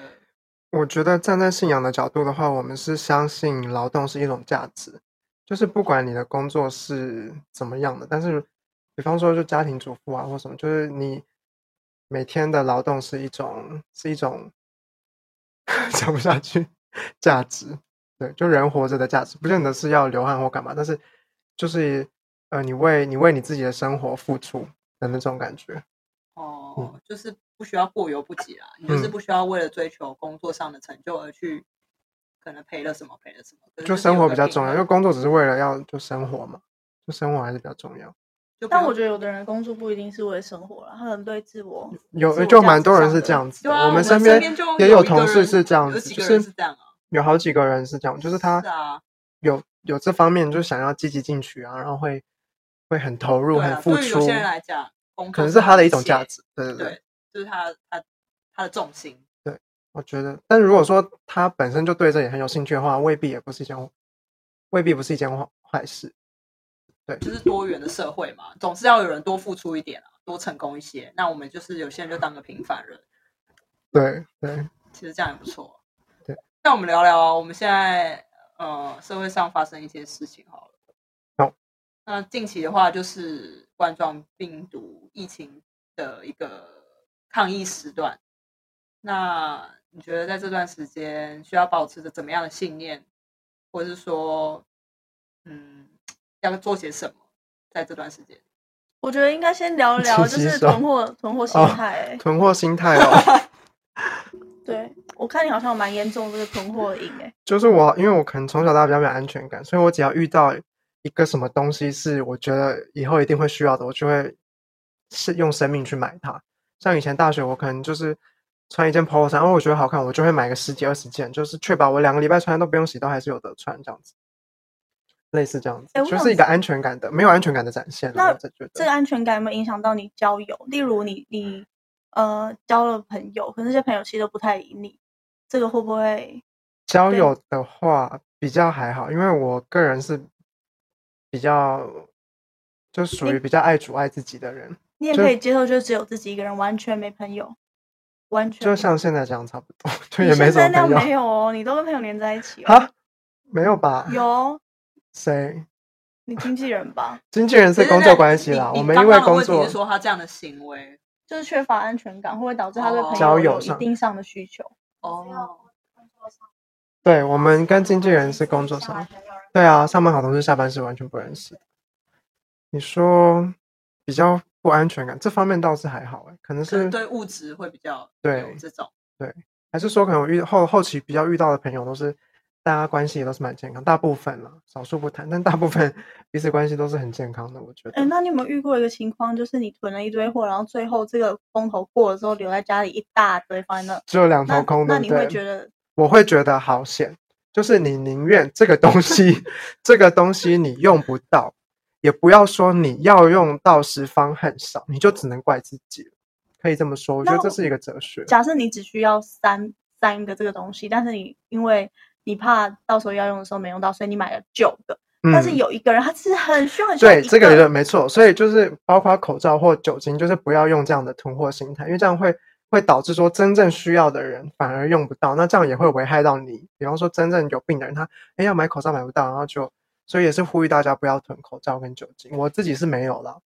S3: 我觉得站在信仰的角度的话，我们是相信劳动是一种价值，就是不管你的工作是怎么样的，但是比方说就家庭主妇啊或什么，就是你每天的劳动是一种是一种 (laughs) 讲不下去价值，对，就人活着的价值，不见得是要流汗或干嘛，但是就是呃，你为你为你自己的生活付出的那种感觉，
S2: 哦，就是不需要过犹不及啦，你就是
S3: 嗯
S2: 不需要为了追求工作上的成就而去可能赔了什么赔了什么，可是
S3: 就是生
S2: 有
S3: 活
S2: 个
S3: 比较
S2: 平
S3: 重要，
S2: 衡
S3: 因为工作只是为了要就生活嘛，就生活还是比较重要。
S2: 就不
S4: 但
S2: 用
S3: 啊
S4: 我觉得有的人工作不一定是为了生活啦，他可能对自我自
S3: 有
S4: 我
S3: 就
S4: 价
S3: 蛮
S4: 值
S3: 多人
S4: 上
S3: 是
S4: 的
S3: 这样子的，
S2: 对啊我
S3: 们
S2: 们
S3: 身
S2: 身
S3: 边
S2: 边就
S3: 也
S2: 有
S3: 有
S2: 一个
S3: 同事
S2: 人
S3: 是这样
S2: 有
S3: 子，
S2: 几个
S3: 就
S2: 人
S3: 是
S2: 是这样啊
S3: 有好几个人是这样，就是他
S2: 是啊，
S3: 有有这方面就想要积极进取啊，然后会会很投入、
S2: 对
S3: 很
S2: 啊，
S3: 付
S2: 对于有
S3: 出
S2: 些，人来讲，工
S3: 可
S2: 作
S3: 能是他的一
S2: 一
S3: 种价
S2: 切，
S3: 值，对对对，
S2: 对，就是他他他的重心。
S3: 我觉得。但如果说他本身就对这也很有兴趣的话，未必也不是一件未必不是一件坏坏事，
S2: 就是多元的社会嘛，总是要有人多付出一点啊，多成功一些。那我们就是有些人就当个平凡人，
S3: 对对，
S2: 其实这样也不错。
S3: 对，
S2: 那我们聊聊啊，我们现在呃社会上发生一些事情好了。
S3: 好。
S2: 那近期的话，就是冠状病毒疫情的一个抗疫时段。那你觉得在这段时间需要保持着怎么样的信念，或者是说，嗯，要做些什么？在这段时间？
S4: 我觉得应该先
S3: (laughs)
S4: 聊聊，就
S3: 勤洗
S4: 是
S3: 手
S4: 囤货囤货心
S3: 哦
S4: 态欸、
S3: 囤货心态
S2: (laughs)
S3: 哦，
S4: 对我看你好像蛮严重这个囤货瘾哎、
S3: 就是我，因为我可能从小到大比较没有安全感，所以我只要遇到一个什么东西是我觉得以后一定会需要的，我就会是用生命去买它。像以前大学，我可能就是穿一件 polo 衫，哦，我觉得好看，我就会买个十几二十件，就是确保我两个礼拜穿都不用洗，都还是有的穿这样子。类似这样子
S4: 哎，我
S3: 就
S4: 想
S3: 是一个安全感的，没有安全感的展现啦。
S4: 那
S3: 我就觉得
S4: 这个安全感有没有影响到你交友？例如你你呃交了朋友，可是这些朋友其实都不太理你，这个会不会
S3: 交
S4: 对
S3: 友的话比较还好，因为我个人是比较就属于比较爱主爱自己的人，
S4: 你也
S3: 就
S4: 可以接受，就只有自己一个人，完全没朋友，完全
S3: 就
S4: 没
S3: 像现在这样差不多，就
S4: 你
S3: 也没
S4: 现在
S3: 什
S4: 那
S3: 么
S4: 样
S3: 朋
S4: 没
S3: 友
S4: 有哦，你都跟朋友连在一起哦。
S3: 啊，没有吧？
S4: 有哦
S3: 谁
S4: 你经纪人吧，
S3: 经纪人是
S2: 对
S3: 工
S2: 对
S3: 作
S2: 对
S3: 关系
S2: 你
S3: 啦，
S2: 你
S3: 我们
S2: 刚
S3: 因为
S2: 刚的
S3: 工
S2: 问题
S3: 作
S2: 是说他这样的行为
S4: 就是缺乏安全感，会不会导致他对
S2: 哦
S4: 朋
S3: 交
S4: 友
S3: 友
S4: 有一
S3: 上
S4: 定上的需求？
S2: 哦，
S3: 对我们跟经纪人是工作上，对啊，上班好同事，下班是完全不认识的。你说比较不安全感这方面倒是还好、欸，可能
S2: 可
S3: 是
S2: 能对物质会比较
S3: 对
S2: 有这
S3: (laughs)
S2: 种，
S3: 还是说可能我遇后后期比较遇到的朋友都是大家关系也都是蛮健康，大部分啦，少数不谈，但大部分彼此关系都是很健康的，我觉
S4: 哎，
S3: 得。
S4: 那你有没有遇过一个情况，就是你囤了一堆货，然后最后这个风头过了之后，留在家里一大堆放在
S3: 只有两
S4: 那？
S3: 头空，
S4: 那
S3: 对
S4: 那你
S3: 不
S4: 会
S3: 对？
S4: 觉得
S3: 我会觉得好险，就是你宁愿这个东西， (laughs) 这个东西你用不到，也不要说你要用到时方恨少，你就只能怪自己了可以这么说，我觉得
S4: 那
S3: 这
S4: 我
S3: 是一个哲学。
S4: 假设你只需要三三个这个东西，但是你因为你怕到时候要用的时候没用到，所以你买了九个，但是
S3: 嗯
S4: 有一个人他是很需要很需要
S3: 对，
S4: 一
S3: 这个理
S4: 人。
S3: 论没错。所以就是包括口罩或酒精，就是不要用这样的囤货心态，因为这样会会导致说真正需要的人反而用不到，那这样也会危害到你。比方说真正有病的人，他哎要买口罩买不到，然后就所以也是呼吁大家不要囤口罩跟酒精。我自己是没有啦。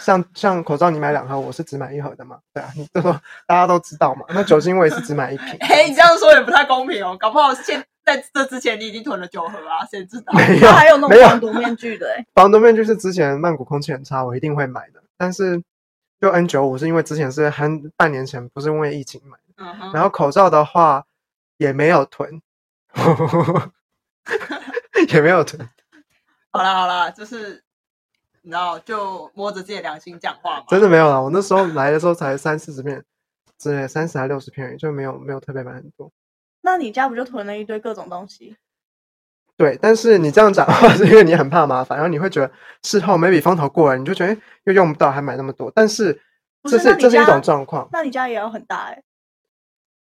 S3: 像像口罩你买两盒，我是只买一盒的嘛，对啊，你都 (laughs) 说大家都知道嘛。那酒精我也是只买一瓶
S2: (laughs) 哎、你这样说也不太公平哦，搞不好现在这之前你已经囤了九盒啊，谁知道？
S3: (laughs) 没有
S4: 他还有那
S3: 没
S4: 种
S3: 有
S4: 防毒面具的、欸，
S3: 防毒面具是之前曼谷空气很差，我一定会买的。但是就 N 九五是因为之前是很半年前不是因为疫情买的，
S2: 嗯哼，
S3: 然后口罩的话也没有囤， (laughs) 也没有囤，
S2: 好啦好啦，就是你知道，就摸着自己的良心讲话嘛。
S3: 真的没有了。我那时候来的时候才三四十片，之类三十还六十片而已，就没有没有特别买很多。
S4: 那你家不就囤了一堆各种东西？
S3: 对，但是你这样讲话是因为你很怕麻烦，然后你会觉得事后 maybe 风头过了，你就觉得诶又用不到，还买那么多。但是
S4: 不
S3: 这
S4: 是那
S3: 是
S4: 你
S3: 这是一
S4: 家
S3: 种状况。
S4: 那你家也要很大哎、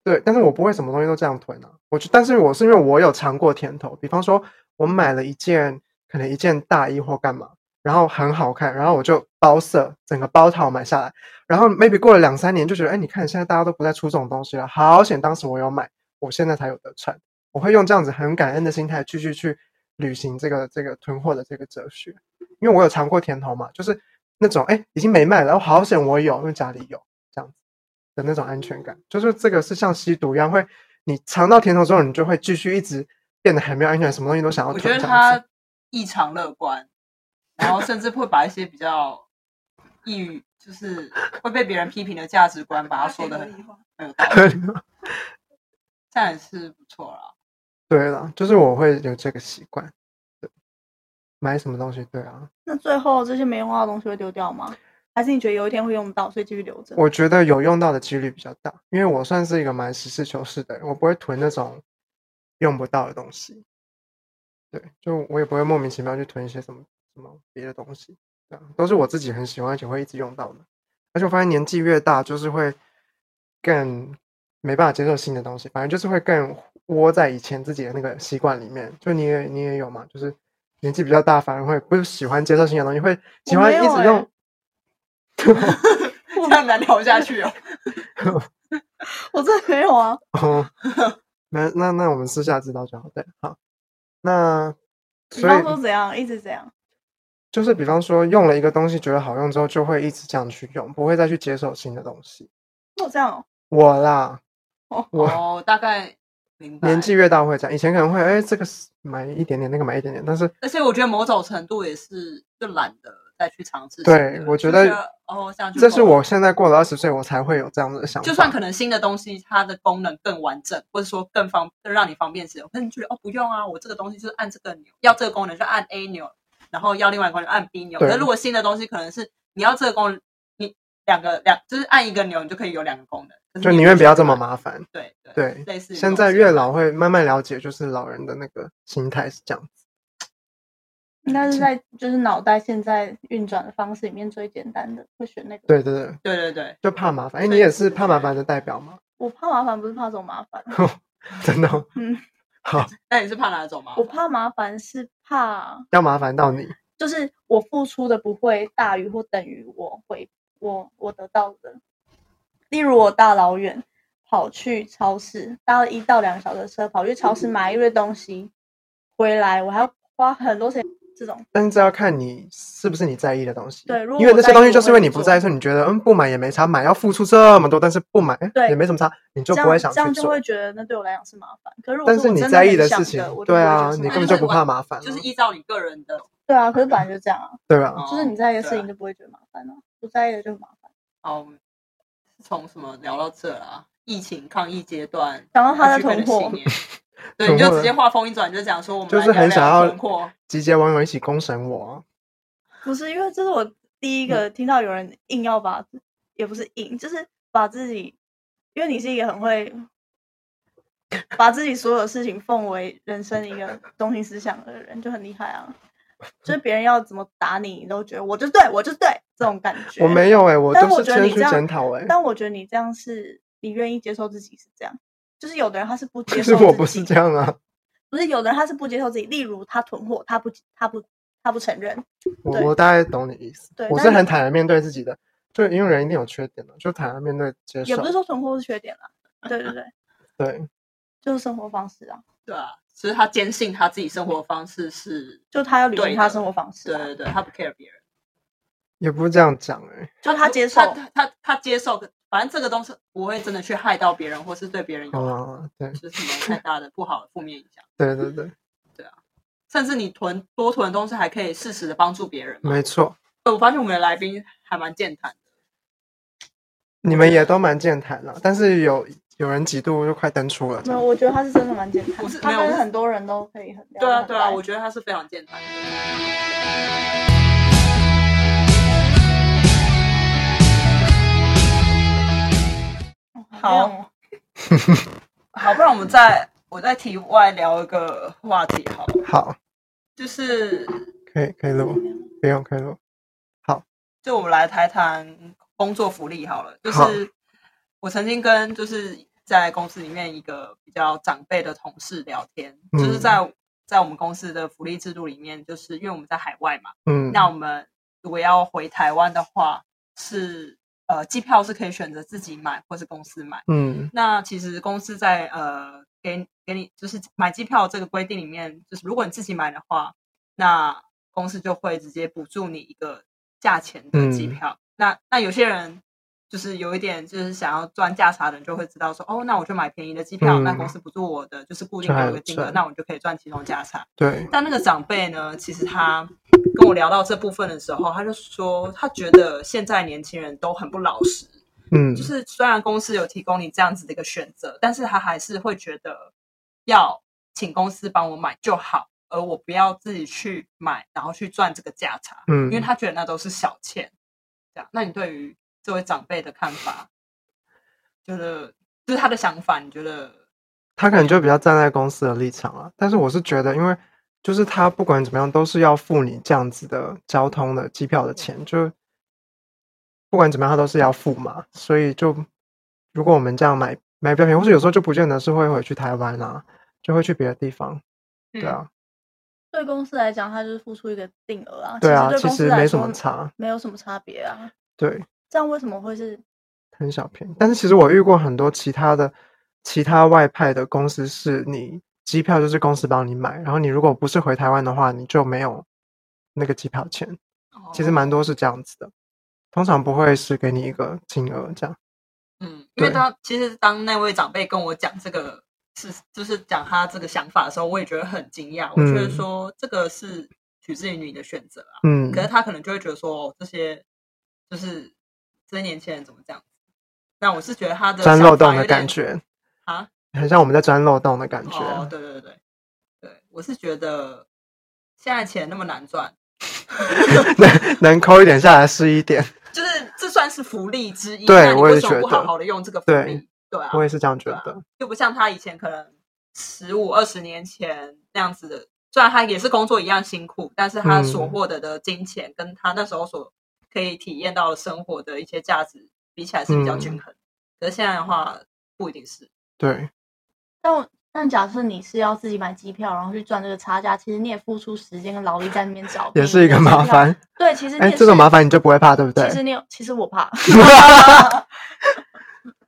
S3: 对，但是我不会什么东西都这样囤啊。我就，但是我是因为我有尝过甜头，比方说我买了一件可能一件大衣或干嘛，然后很好看，然后我就包色整个包套买下来，然后 maybe 过了两三年就觉得，哎，你看现在大家都不再出这种东西了，好险当时我有买，我现在才有的穿。我会用这样子很感恩的心态继续去履行这个这个囤货的这个哲学，因为我有尝过甜头嘛，就是那种哎已经没卖了，哦好险我有，因为家里有。的那种安全感，就是这个是像吸毒一样，会你尝到甜头之后，你就会继续一直变得很没有安全感，什么东西都想要
S2: 我
S3: 囤
S2: 觉得
S3: 这样子
S2: 他异常乐观，然后甚至会把一些比较抑郁，就是会被别人批评的价值观，把它说的很很有道理，
S3: 合理吗
S2: 这样也是不错啦。 (laughs)
S3: 对了，就是我会有这个习惯，对买什么东西，对啊，
S4: 那最后这些没用到的东西会丢掉吗？还是你觉得有一天会用到，所以继续留着？
S3: 我觉得有用到的几率比较大，因为我算是一个蛮实事求是的人，我不会囤那种用不到的东西，对，就我也不会莫名其妙去囤一些什么什么别的东西，对啊，都是我自己很喜欢而且会一直用到的，而且我发现年纪越大，就是会更没办法接受新的东西，反正就是会更窝在以前自己的那个习惯里面。就你也你也有嘛，就是年纪比较大，反而会不喜欢接受新的东西，会喜
S4: 我
S3: 欢
S4: 没
S3: 一
S4: 有
S3: 直
S4: 欸
S3: 用。
S2: 这样难聊下去哦。
S4: 我真的没有啊。
S3: 哦， (laughs) 那那那我们私下知道就好。对，好，那
S4: 比
S3: 所以
S4: 方说怎样，一直怎样。
S3: 就是比方说用了一个东西觉得好用之后，就会一直这样去用，不会再去接受新的东西。
S4: 我这样哦，
S3: 我啦，我
S2: 哦，大概明白。
S3: 年纪越大会这样，以前可能会哎这个是买一点点，那个买一点点，但是
S2: 而且我觉得某种程度也是就懒得再去尝试新的。
S3: 对我觉
S2: 就
S3: 得
S2: 哦，这样去
S3: 这是
S2: 碰
S3: 我现在过了二十岁，我才会有这样的想法。
S2: 就算可能新的东西它的功能更完整，或者说更方更让你方便使用，但你觉得哦不用啊，我这个东西就是按这个钮，要这个功能就按 A 钮，然后要另外一个功能就按 B 钮。
S3: 对
S2: 可是如果新的东西可能是你要这个功能，你两个两就是按一个钮，你就可以有两个功能。可是
S3: 就
S2: 你
S3: 宁愿不要
S2: 觉
S3: 这
S2: 得
S3: 么麻烦。
S2: 对对
S3: 对
S2: 类似于这
S3: 现
S2: 种
S3: 在
S2: 情
S3: 越
S2: 况
S3: 老会慢慢了解，就是老人的那个心态是这样子。
S4: 应该是在就是脑袋现在运转的方式里面最简单的，会选那个。
S3: 对对对，
S2: 对对对，
S3: 就怕麻烦。哎，
S2: 对
S3: 你也是怕麻烦的代表吗？ (laughs)
S4: 我怕麻烦，不是怕走麻烦，
S3: 真的哦、 (laughs)
S4: 嗯
S3: 好，
S2: 那你是怕哪种吗？
S4: 我怕麻烦是怕
S3: 要麻烦到你。
S4: 就是我付出的不会大于或等于我回我我得到的。例如我大老远跑去超市，搭了一到两个小时的车跑去超市买一堆东西，回来我还要花很多钱。这种
S3: 但是这要看你是不是你在意的东西。
S4: 对如果
S3: 因为
S4: 我
S3: 那
S4: 在意
S3: 些东西
S4: 我
S3: 就是因
S4: 会
S3: 为
S4: 去
S3: 你不
S4: 做
S3: 在意，所以你觉得嗯不买也没差，买要付出这么多，但是不买哎
S4: 对
S3: 也没什么差，你就
S4: 这
S3: 不会
S4: 样
S3: 想
S4: 这样
S3: 去
S4: 就
S3: 做
S4: 会。觉得那对我来讲是麻烦。可是如果
S3: 但是
S4: 我
S3: 你
S4: 真
S3: 在意
S4: 很
S3: 的
S4: 想
S3: 事情
S4: 我，就不
S3: 对
S4: 会觉
S3: 啊
S4: 得，是
S3: 你
S4: 麻
S3: 根本
S4: 烦
S3: 就不怕麻烦啊，
S2: 就是依照你个人的
S4: 对啊。可是本来就这样啊，
S3: 对吧？
S4: 就是你
S2: 哦
S4: 在意的事
S2: 对啊
S4: 情就不会觉得麻烦啊，不在意的就麻烦。
S2: 哦，我们是从什么聊到这啊？疫情抗疫阶段，
S4: 然后哦他
S2: 要
S4: 在
S2: 具备的
S4: 囤货
S2: 信念，对，
S3: 囤
S2: 你就
S3: 货
S2: 直接话锋一转，就讲说我们
S3: 就
S2: 来
S3: 是
S2: 聊
S3: 很
S2: 聊
S3: 想要
S2: 囤货，
S3: 集结网友一起公审我啊，
S4: 不是因为这是我第
S3: 嗯
S4: 一个听到有人硬要把，也不是硬，就是把自己，因为你是一个很会把自己所有事情奉为人生一个中心思想的人，就很厉害啊。就是别人要怎么打你，你都觉得我就对我就对这种
S3: (laughs)
S4: 感觉。
S3: 我没有哎，我
S4: 但
S3: 都
S4: 我
S3: 是
S4: 觉得
S3: 谦
S4: 你这
S3: 虚
S4: 样
S3: 检讨哎，
S4: 但我觉得你这样是，你愿意接受自己是这样。就是有的人他是不接
S3: 可
S4: 受
S3: 是
S4: 自己，
S3: 我不是这样啊，
S4: 不是有的人他是不接受自己，例如他囤货，他不他不他不承认，
S3: 我
S4: 对
S3: 我大概懂你意思
S4: 对，
S3: 我
S4: 但
S3: 是
S4: 你
S3: 很坦然面对自己的，就因为人一定有缺点的，就坦然面对接
S4: 也
S3: 受
S4: 不，是说囤货是缺点啦。对对对，
S3: 对，
S4: 就是生活方式啊，
S2: 对啊，其实他坚信他自己生活方式是，
S4: 就他要履
S2: 对
S4: 行他
S2: 的
S4: 生活方式、
S2: 对
S4: 啊，
S2: 对对，他不 care 别人，
S3: 也不是这样讲哎，
S4: 就他接受
S2: 他他他他接受，反正这个东西不会真的去害到别人，或是对别人有、
S3: 啊，对
S2: 就是什么太大的不好的负面影响，
S3: 对对对，
S2: 甚至你囤多囤的东西还可以适时的帮助别人嘛。
S3: 没错，
S2: 我发现我们的来宾还蛮健谈的，
S3: 你们也都蛮健谈了，但是有有人几度就快登出了，这
S4: 没有，
S3: 样
S4: 我觉得他是真的蛮简单
S2: 我是
S4: 的，他
S2: 没有我
S4: 跟
S2: 是
S4: 很多人都可以很聊
S2: 对啊
S4: 得
S2: 对啊，
S4: 来
S2: 我觉得他是非常健谈的。
S4: 嗯
S2: 好
S4: 好
S2: 好，不然我们再我再题外聊一个话题好了，
S3: 好，
S2: 就是
S3: 可以可以录，不用可以录，
S2: 就我们来谈谈工作福利好了。就
S3: 好
S2: 是我曾经跟就是在公司里面一个比较长辈的同事聊天，
S3: 嗯
S2: 就是在在我们公司的福利制度里面，就是因为我们在海外嘛，
S3: 嗯，
S2: 那我们如果要回台湾的话，是呃机票是可以选择自己买或是公司买。
S3: 嗯
S2: 那其实公司在呃给给你就是买机票这个规定里面，就是如果你自己买的话，那公司就会直接补助你一个价钱的机
S3: 嗯
S2: 票。那那有些人就是有一点就是想要赚价差的人，就会知道说哦，那我就买便宜的机票，那
S3: 嗯
S2: 公司补助我的就是固
S3: 就
S2: 定给我一
S3: 还
S2: 个
S3: 有
S2: 金额，
S3: 赚
S2: 那我就可以赚其中价差。
S3: 对，
S2: 但那个长辈呢，其实他跟我聊到这部分的时候，他就说他觉得现在年轻人都很不老实。
S3: 嗯
S2: 就是虽然公司有提供你这样子的一个选择，但是他还是会觉得要请公司帮我买就好，而我不要自己去买，然后去赚这个价差，因
S3: 嗯
S2: 为，他觉得那都是小钱。这样，那你对于这位长辈的看法，觉得就是他的想法，你觉得
S3: 他可能就比较站在公司的立场了，但是我是觉得，因为就是他不管怎么样都是要付你这样子的交通的机票的钱，就不管怎么样他都是要付嘛，所以就如果我们这样买买比较便宜，或者有时候就不见得是会回去台湾啊，就会去别的地方，对
S2: 嗯
S3: 啊。
S4: 对公司来讲，他就是付出一个定额啊，
S3: 对啊，
S4: 对
S3: 其
S4: 公司
S3: 实
S4: 来
S3: 没什
S4: 说
S3: 么，差，
S4: 没有什么差别啊。
S3: 对，
S4: 这样为什么会是？
S3: 很小便宜。但是其实我遇过很多其他的其他外派的公司，是你机票就是公司帮你买，然后你如果不是回台湾的话，你就没有那个机票钱。
S2: 嗯
S3: 其实蛮多是这样子的，通常不会是给你一个金额这样。
S2: 嗯，因为
S3: 对
S2: 当其实当那位长辈跟我讲这个是就是讲他这个想法的时候，我也觉得很惊讶。我觉得
S3: 嗯
S2: 说这个是取自于你的选择啊。
S3: 嗯
S2: 可，是他可能就会觉得说，哦，这些就是这些年轻人怎么这样子？那我是觉得他的
S3: 钻
S2: 想法
S3: 漏洞
S2: 有
S3: 的
S2: 点
S3: 感觉，
S2: 啊，
S3: 很像我们在钻漏洞的感觉。
S2: 哦，对对对对，对我是觉得现在钱那么难赚，
S3: (laughs) 能能抠一点下来是一点，
S2: 就是这算是福利之一。
S3: 对
S2: 那你
S3: 我也
S2: 为什么
S3: 觉
S2: 不好
S3: 得
S2: 好的用这个福
S3: 对
S2: 利？对啊，
S3: 我也是这样觉
S2: 对啊
S3: 得。
S2: 就不像他以前可能十五二十年前那样子的，虽然他也是工作一样辛苦，但是他所
S3: 嗯
S2: 获得的金钱跟他那时候所可以体验到的生活的一些价值比起来是比较
S3: 嗯
S2: 均衡。可是现在的话不一定是，
S3: 对，
S4: 但我但假设你是要自己买机票，然后去赚这个差价，其实你也付出时间跟劳力在那边找，
S2: 嗯
S3: 也是一个麻。烦。
S4: 对，其实你
S3: 哎，
S4: 也
S3: 这
S4: 是
S3: 种麻烦你就不会怕，对不对
S4: 其？实你有，其实我
S3: (laughs)
S4: 怕， (laughs)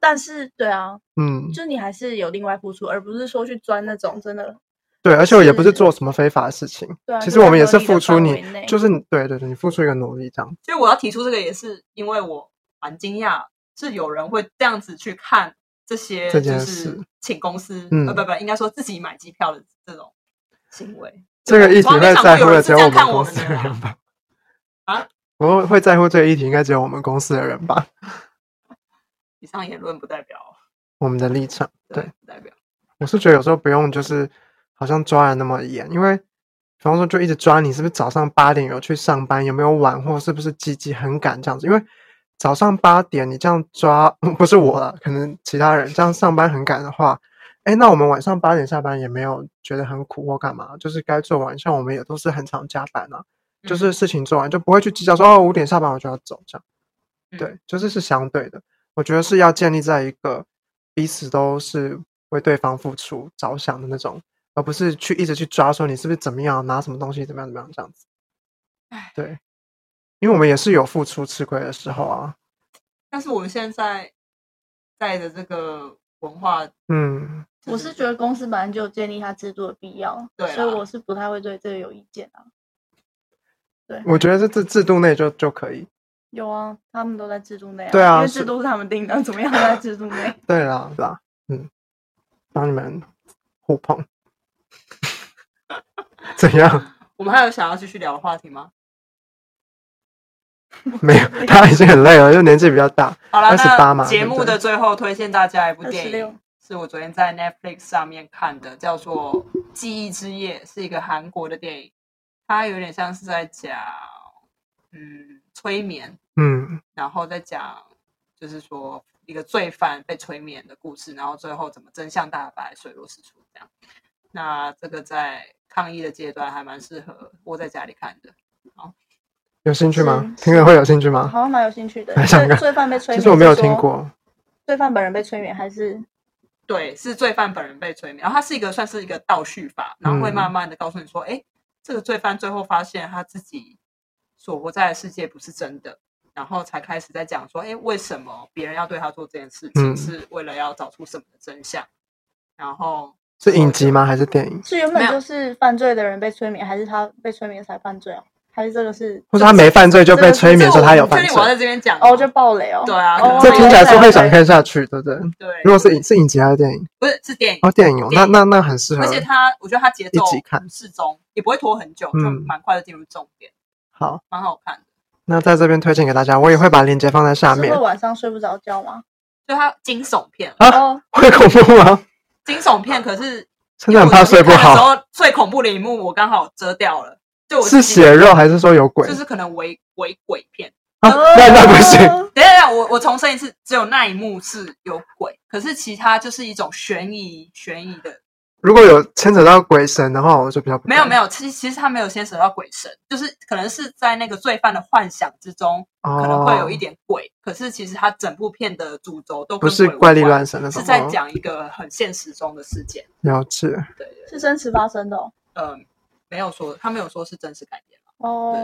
S4: 但是对啊，
S3: 嗯，
S4: 就你还是有另外付出，而不是说去钻那种真的
S3: 对，而且我也不是
S4: 是
S3: 做什么非法的事情。
S4: 对啊
S3: 其
S4: 就
S3: 实我
S4: 在
S3: 们也
S4: 合
S3: 是
S4: 理的
S3: 付出
S4: 范
S3: 你
S4: 围，内
S3: 就是你对对对，你付出一个努力这样。
S2: 所以我要提出这个也是因为我蛮惊讶，是有人会这样子去看这些
S3: 这
S2: 就
S3: 件
S2: 是
S3: 事
S2: 请公司、
S3: 嗯
S2: 呃不不应该说自己买机票的这种行为。
S3: 这个议题
S2: 从来没
S3: 会
S2: 想
S3: 在
S2: 过有
S3: 乎的
S2: 人
S3: 只
S2: 是这
S3: 我
S2: 样
S3: 们
S2: 看我
S3: 公
S2: 们
S3: 司的
S2: 的啊
S3: 人吧？ (laughs)
S2: 啊，
S3: 我会在乎这个议题，应该只有我们公司的人吧？
S2: 以上言论不代表
S3: 我们的立场。对，
S2: 不代表
S3: 我是觉得有时候不用就是好像抓的那么严，因为比方说就一直抓你是不是早上八点有去上班，有没有晚或是不是积极很赶这样子，因为早上八点你这样抓，嗯不是我了，可能其他人这样上班很赶的话，哎，那我们晚上八点下班也没有觉得很苦或干嘛，就是该做完，像我们也都是很常加班啊，就是事情做完就不会去计较说哦五点下班我就要走这样，
S2: 嗯
S3: 对，就是是相对的，我觉得是要建立在一个彼此都是为对方付出着想的那种，而不是去一直去抓说你是不是怎么样拿什么东西怎么样怎么样这样子
S2: 唉。
S3: 对，因为我们也是有付出吃亏的时候啊，
S2: 但是我们现在在的这个文化，
S3: 嗯，
S4: 我是觉得公司本来就有建立它制度的必要，
S2: 对
S4: 所以
S2: 啦
S4: 我是不太会对这个有意见啊。
S3: 我觉得这制制度内就就可以。
S4: 有啊，他们都在制度内、啊，
S3: 对啊
S4: 因为
S3: 是
S4: 制度是他们定的，怎么样都在制度 (laughs) 内。
S3: 对啦，对啦，嗯，帮你们互碰， (laughs) 怎样？
S2: 我们还有想要继续聊的话题吗？
S3: 没
S4: (laughs)
S3: 有，他已经很累了，就年纪比较大。
S2: 好了，
S3: 28
S2: 那
S3: 嘛
S2: 节目
S3: 对不对
S2: 的最后推荐大家一部电
S4: 26
S2: 影，是我昨天在 Netflix 上面看的，叫做《记忆之夜》，是一个韩国的电影，它有点像是在讲嗯催眠，
S3: 嗯
S2: 然后再讲就是说一个罪犯被催眠的故事，然后最后怎么真相大白、水落石出这样。那这个在抗议的阶段还蛮适合窝在家里看的。
S3: 有兴趣吗？
S4: 是
S3: 听了会有兴趣吗？
S4: 好像蛮有兴趣的
S3: 啊还，想
S4: 罪
S3: 看
S4: 罪犯被催
S3: 其
S4: 眠，
S3: 实我没有听，过，
S4: 罪犯本人被催眠还是
S2: 对，是罪犯本人被催眠，然后它是一个算是一个倒叙法，然后会
S3: 嗯
S2: 慢慢的告诉你说，哎、这个罪犯最后发现他自己所活在的世界不是真的，然后才开始在讲说，哎，为什么别人要对他做这件事情，
S3: 嗯
S2: 是为了要找出什么的真相，然后
S3: 是影集吗？还是电影？
S4: 是原
S2: 没
S4: 本
S2: 有
S4: 就是犯罪的人被催眠，还是他被催眠才犯罪啊？还是这个是
S3: 或者他没犯罪就被催
S2: 这
S3: 眠
S2: 个
S3: 说他
S2: 我
S3: 有
S2: 不确
S3: 犯
S2: 定我要在
S3: 罪？
S2: 这边讲
S4: 哦就暴雷哦？
S2: 对啊
S4: 哦
S2: 可能
S3: 这听起来是会想
S4: 对对
S3: 看下去，对不对？
S2: 对，
S3: 如果是影是影集还是电影？
S2: 不是是电影，
S3: 哦，电影哦，那那那很适合
S2: 而。且它我觉得它节奏
S3: 一起看
S2: 适中，也不会拖很久，就
S3: 嗯
S2: 蛮快的进入重点，
S3: 好，
S2: 蛮好看的。
S3: 那在这边推荐给大家，我也会把链接放在下
S4: 对是
S3: 面
S4: 会。晚上睡不着觉吗？
S2: 就它惊悚片，
S3: 啊
S4: 哦，
S3: 会恐怖
S2: (laughs)
S3: 吗？
S2: 惊悚片可是
S3: 真的很怕睡不
S2: 因为我昨
S3: 好。
S2: 天看的时候最恐怖的一幕我刚好遮掉了，就我自
S3: 是
S2: 己
S3: 血肉还是说有鬼？
S2: 就是可能伪伪鬼片。
S3: 啊，那那不
S4: 哦
S3: 行。
S2: 等一下等一下，我我重申一次，只有那一幕是有鬼，可是其他就是一种悬疑悬疑的，
S3: 如果有牵扯到鬼神的话，我就比较不
S2: 没有没
S3: 有，
S2: 有，其实其实他没有牵扯到鬼神，就是可能是在那个罪犯的幻想之中，
S3: 哦、
S2: 可能会有一点鬼，可是其实他整部片的主轴都
S3: 不
S2: 跟
S3: 是
S2: 鬼无
S3: 怪力
S2: 关
S3: 乱神那种
S2: 是
S3: 哦。
S2: 在讲一个很现实中的事件。
S3: 了解，
S4: 是真实发生的哦。
S2: 嗯、没有说他没有说是真实改编，
S4: 哦，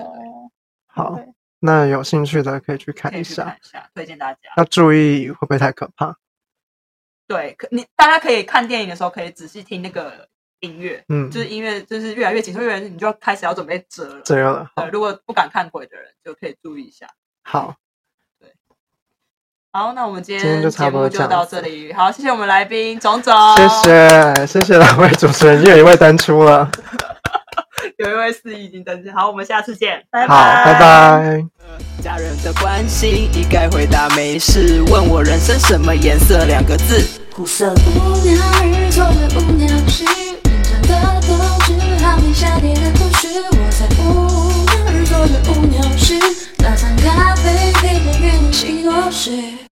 S3: 好
S4: 对，
S3: 那有兴趣的可以去
S2: 可
S3: 看
S2: 以
S3: 一
S2: 去看
S3: 下，
S2: 一下，推荐大家。
S3: 要注意会不会太可怕。
S2: 对，可你大家可以看电影的时候，可以仔细听那个音乐，
S3: 嗯，
S2: 就是音乐就是越来越紧凑，越来越你就开始要准备折了。
S3: 这样了。
S2: 对，如果不敢看鬼的人就可以注意一下。
S3: 好，
S2: 好，那我们今
S3: 今天
S2: 天
S3: 就差
S2: 节
S3: 不多
S2: 目
S3: 这
S2: 就
S3: 样
S2: 到
S3: 子
S2: 这里。好，谢谢我们来宾种种，
S3: 谢谢谢谢两位主持人，又有一位登出了。
S2: 有一位司仪已经登记。好，我们下次见。
S5: 拜
S3: 好，拜拜。
S2: 家人的关心一概回答没事，问我人生什么颜色两个字。
S6: 苦涩的无聊日，做的无聊事，认真的斗志，好比夏天的故事。我在无聊日做着无聊事，打上咖啡配着月亮西多士。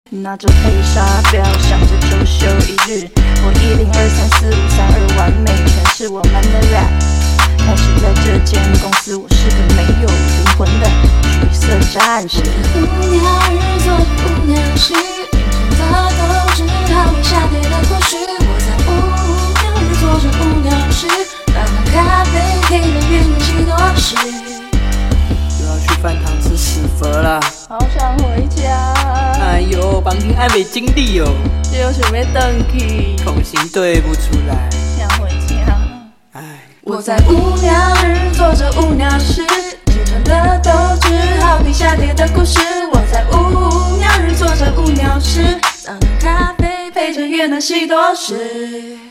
S4: 拿着配沙表，想着周休一日。我一零二三四五三二，完美诠释我们的 rap。但是在这间公司，我是个没有灵魂的橘色战士。
S6: 无聊日做着无聊事，认真的斗志，好比夏天的故事。我在无聊日做着无聊事，打上咖啡配着月亮西多士。
S2: 又要去饭堂吃屎佛啦！
S4: 好想回家，
S2: 哎呦，绑定爱美经历哦，
S4: 就想要回去，
S2: 口型对不出来。
S4: 想回家。
S2: 哎，
S6: 我在无聊日做着无聊事，青春的斗志好比夏天的故事。我在无聊日做着无聊事，早上咖啡配着越南西多士。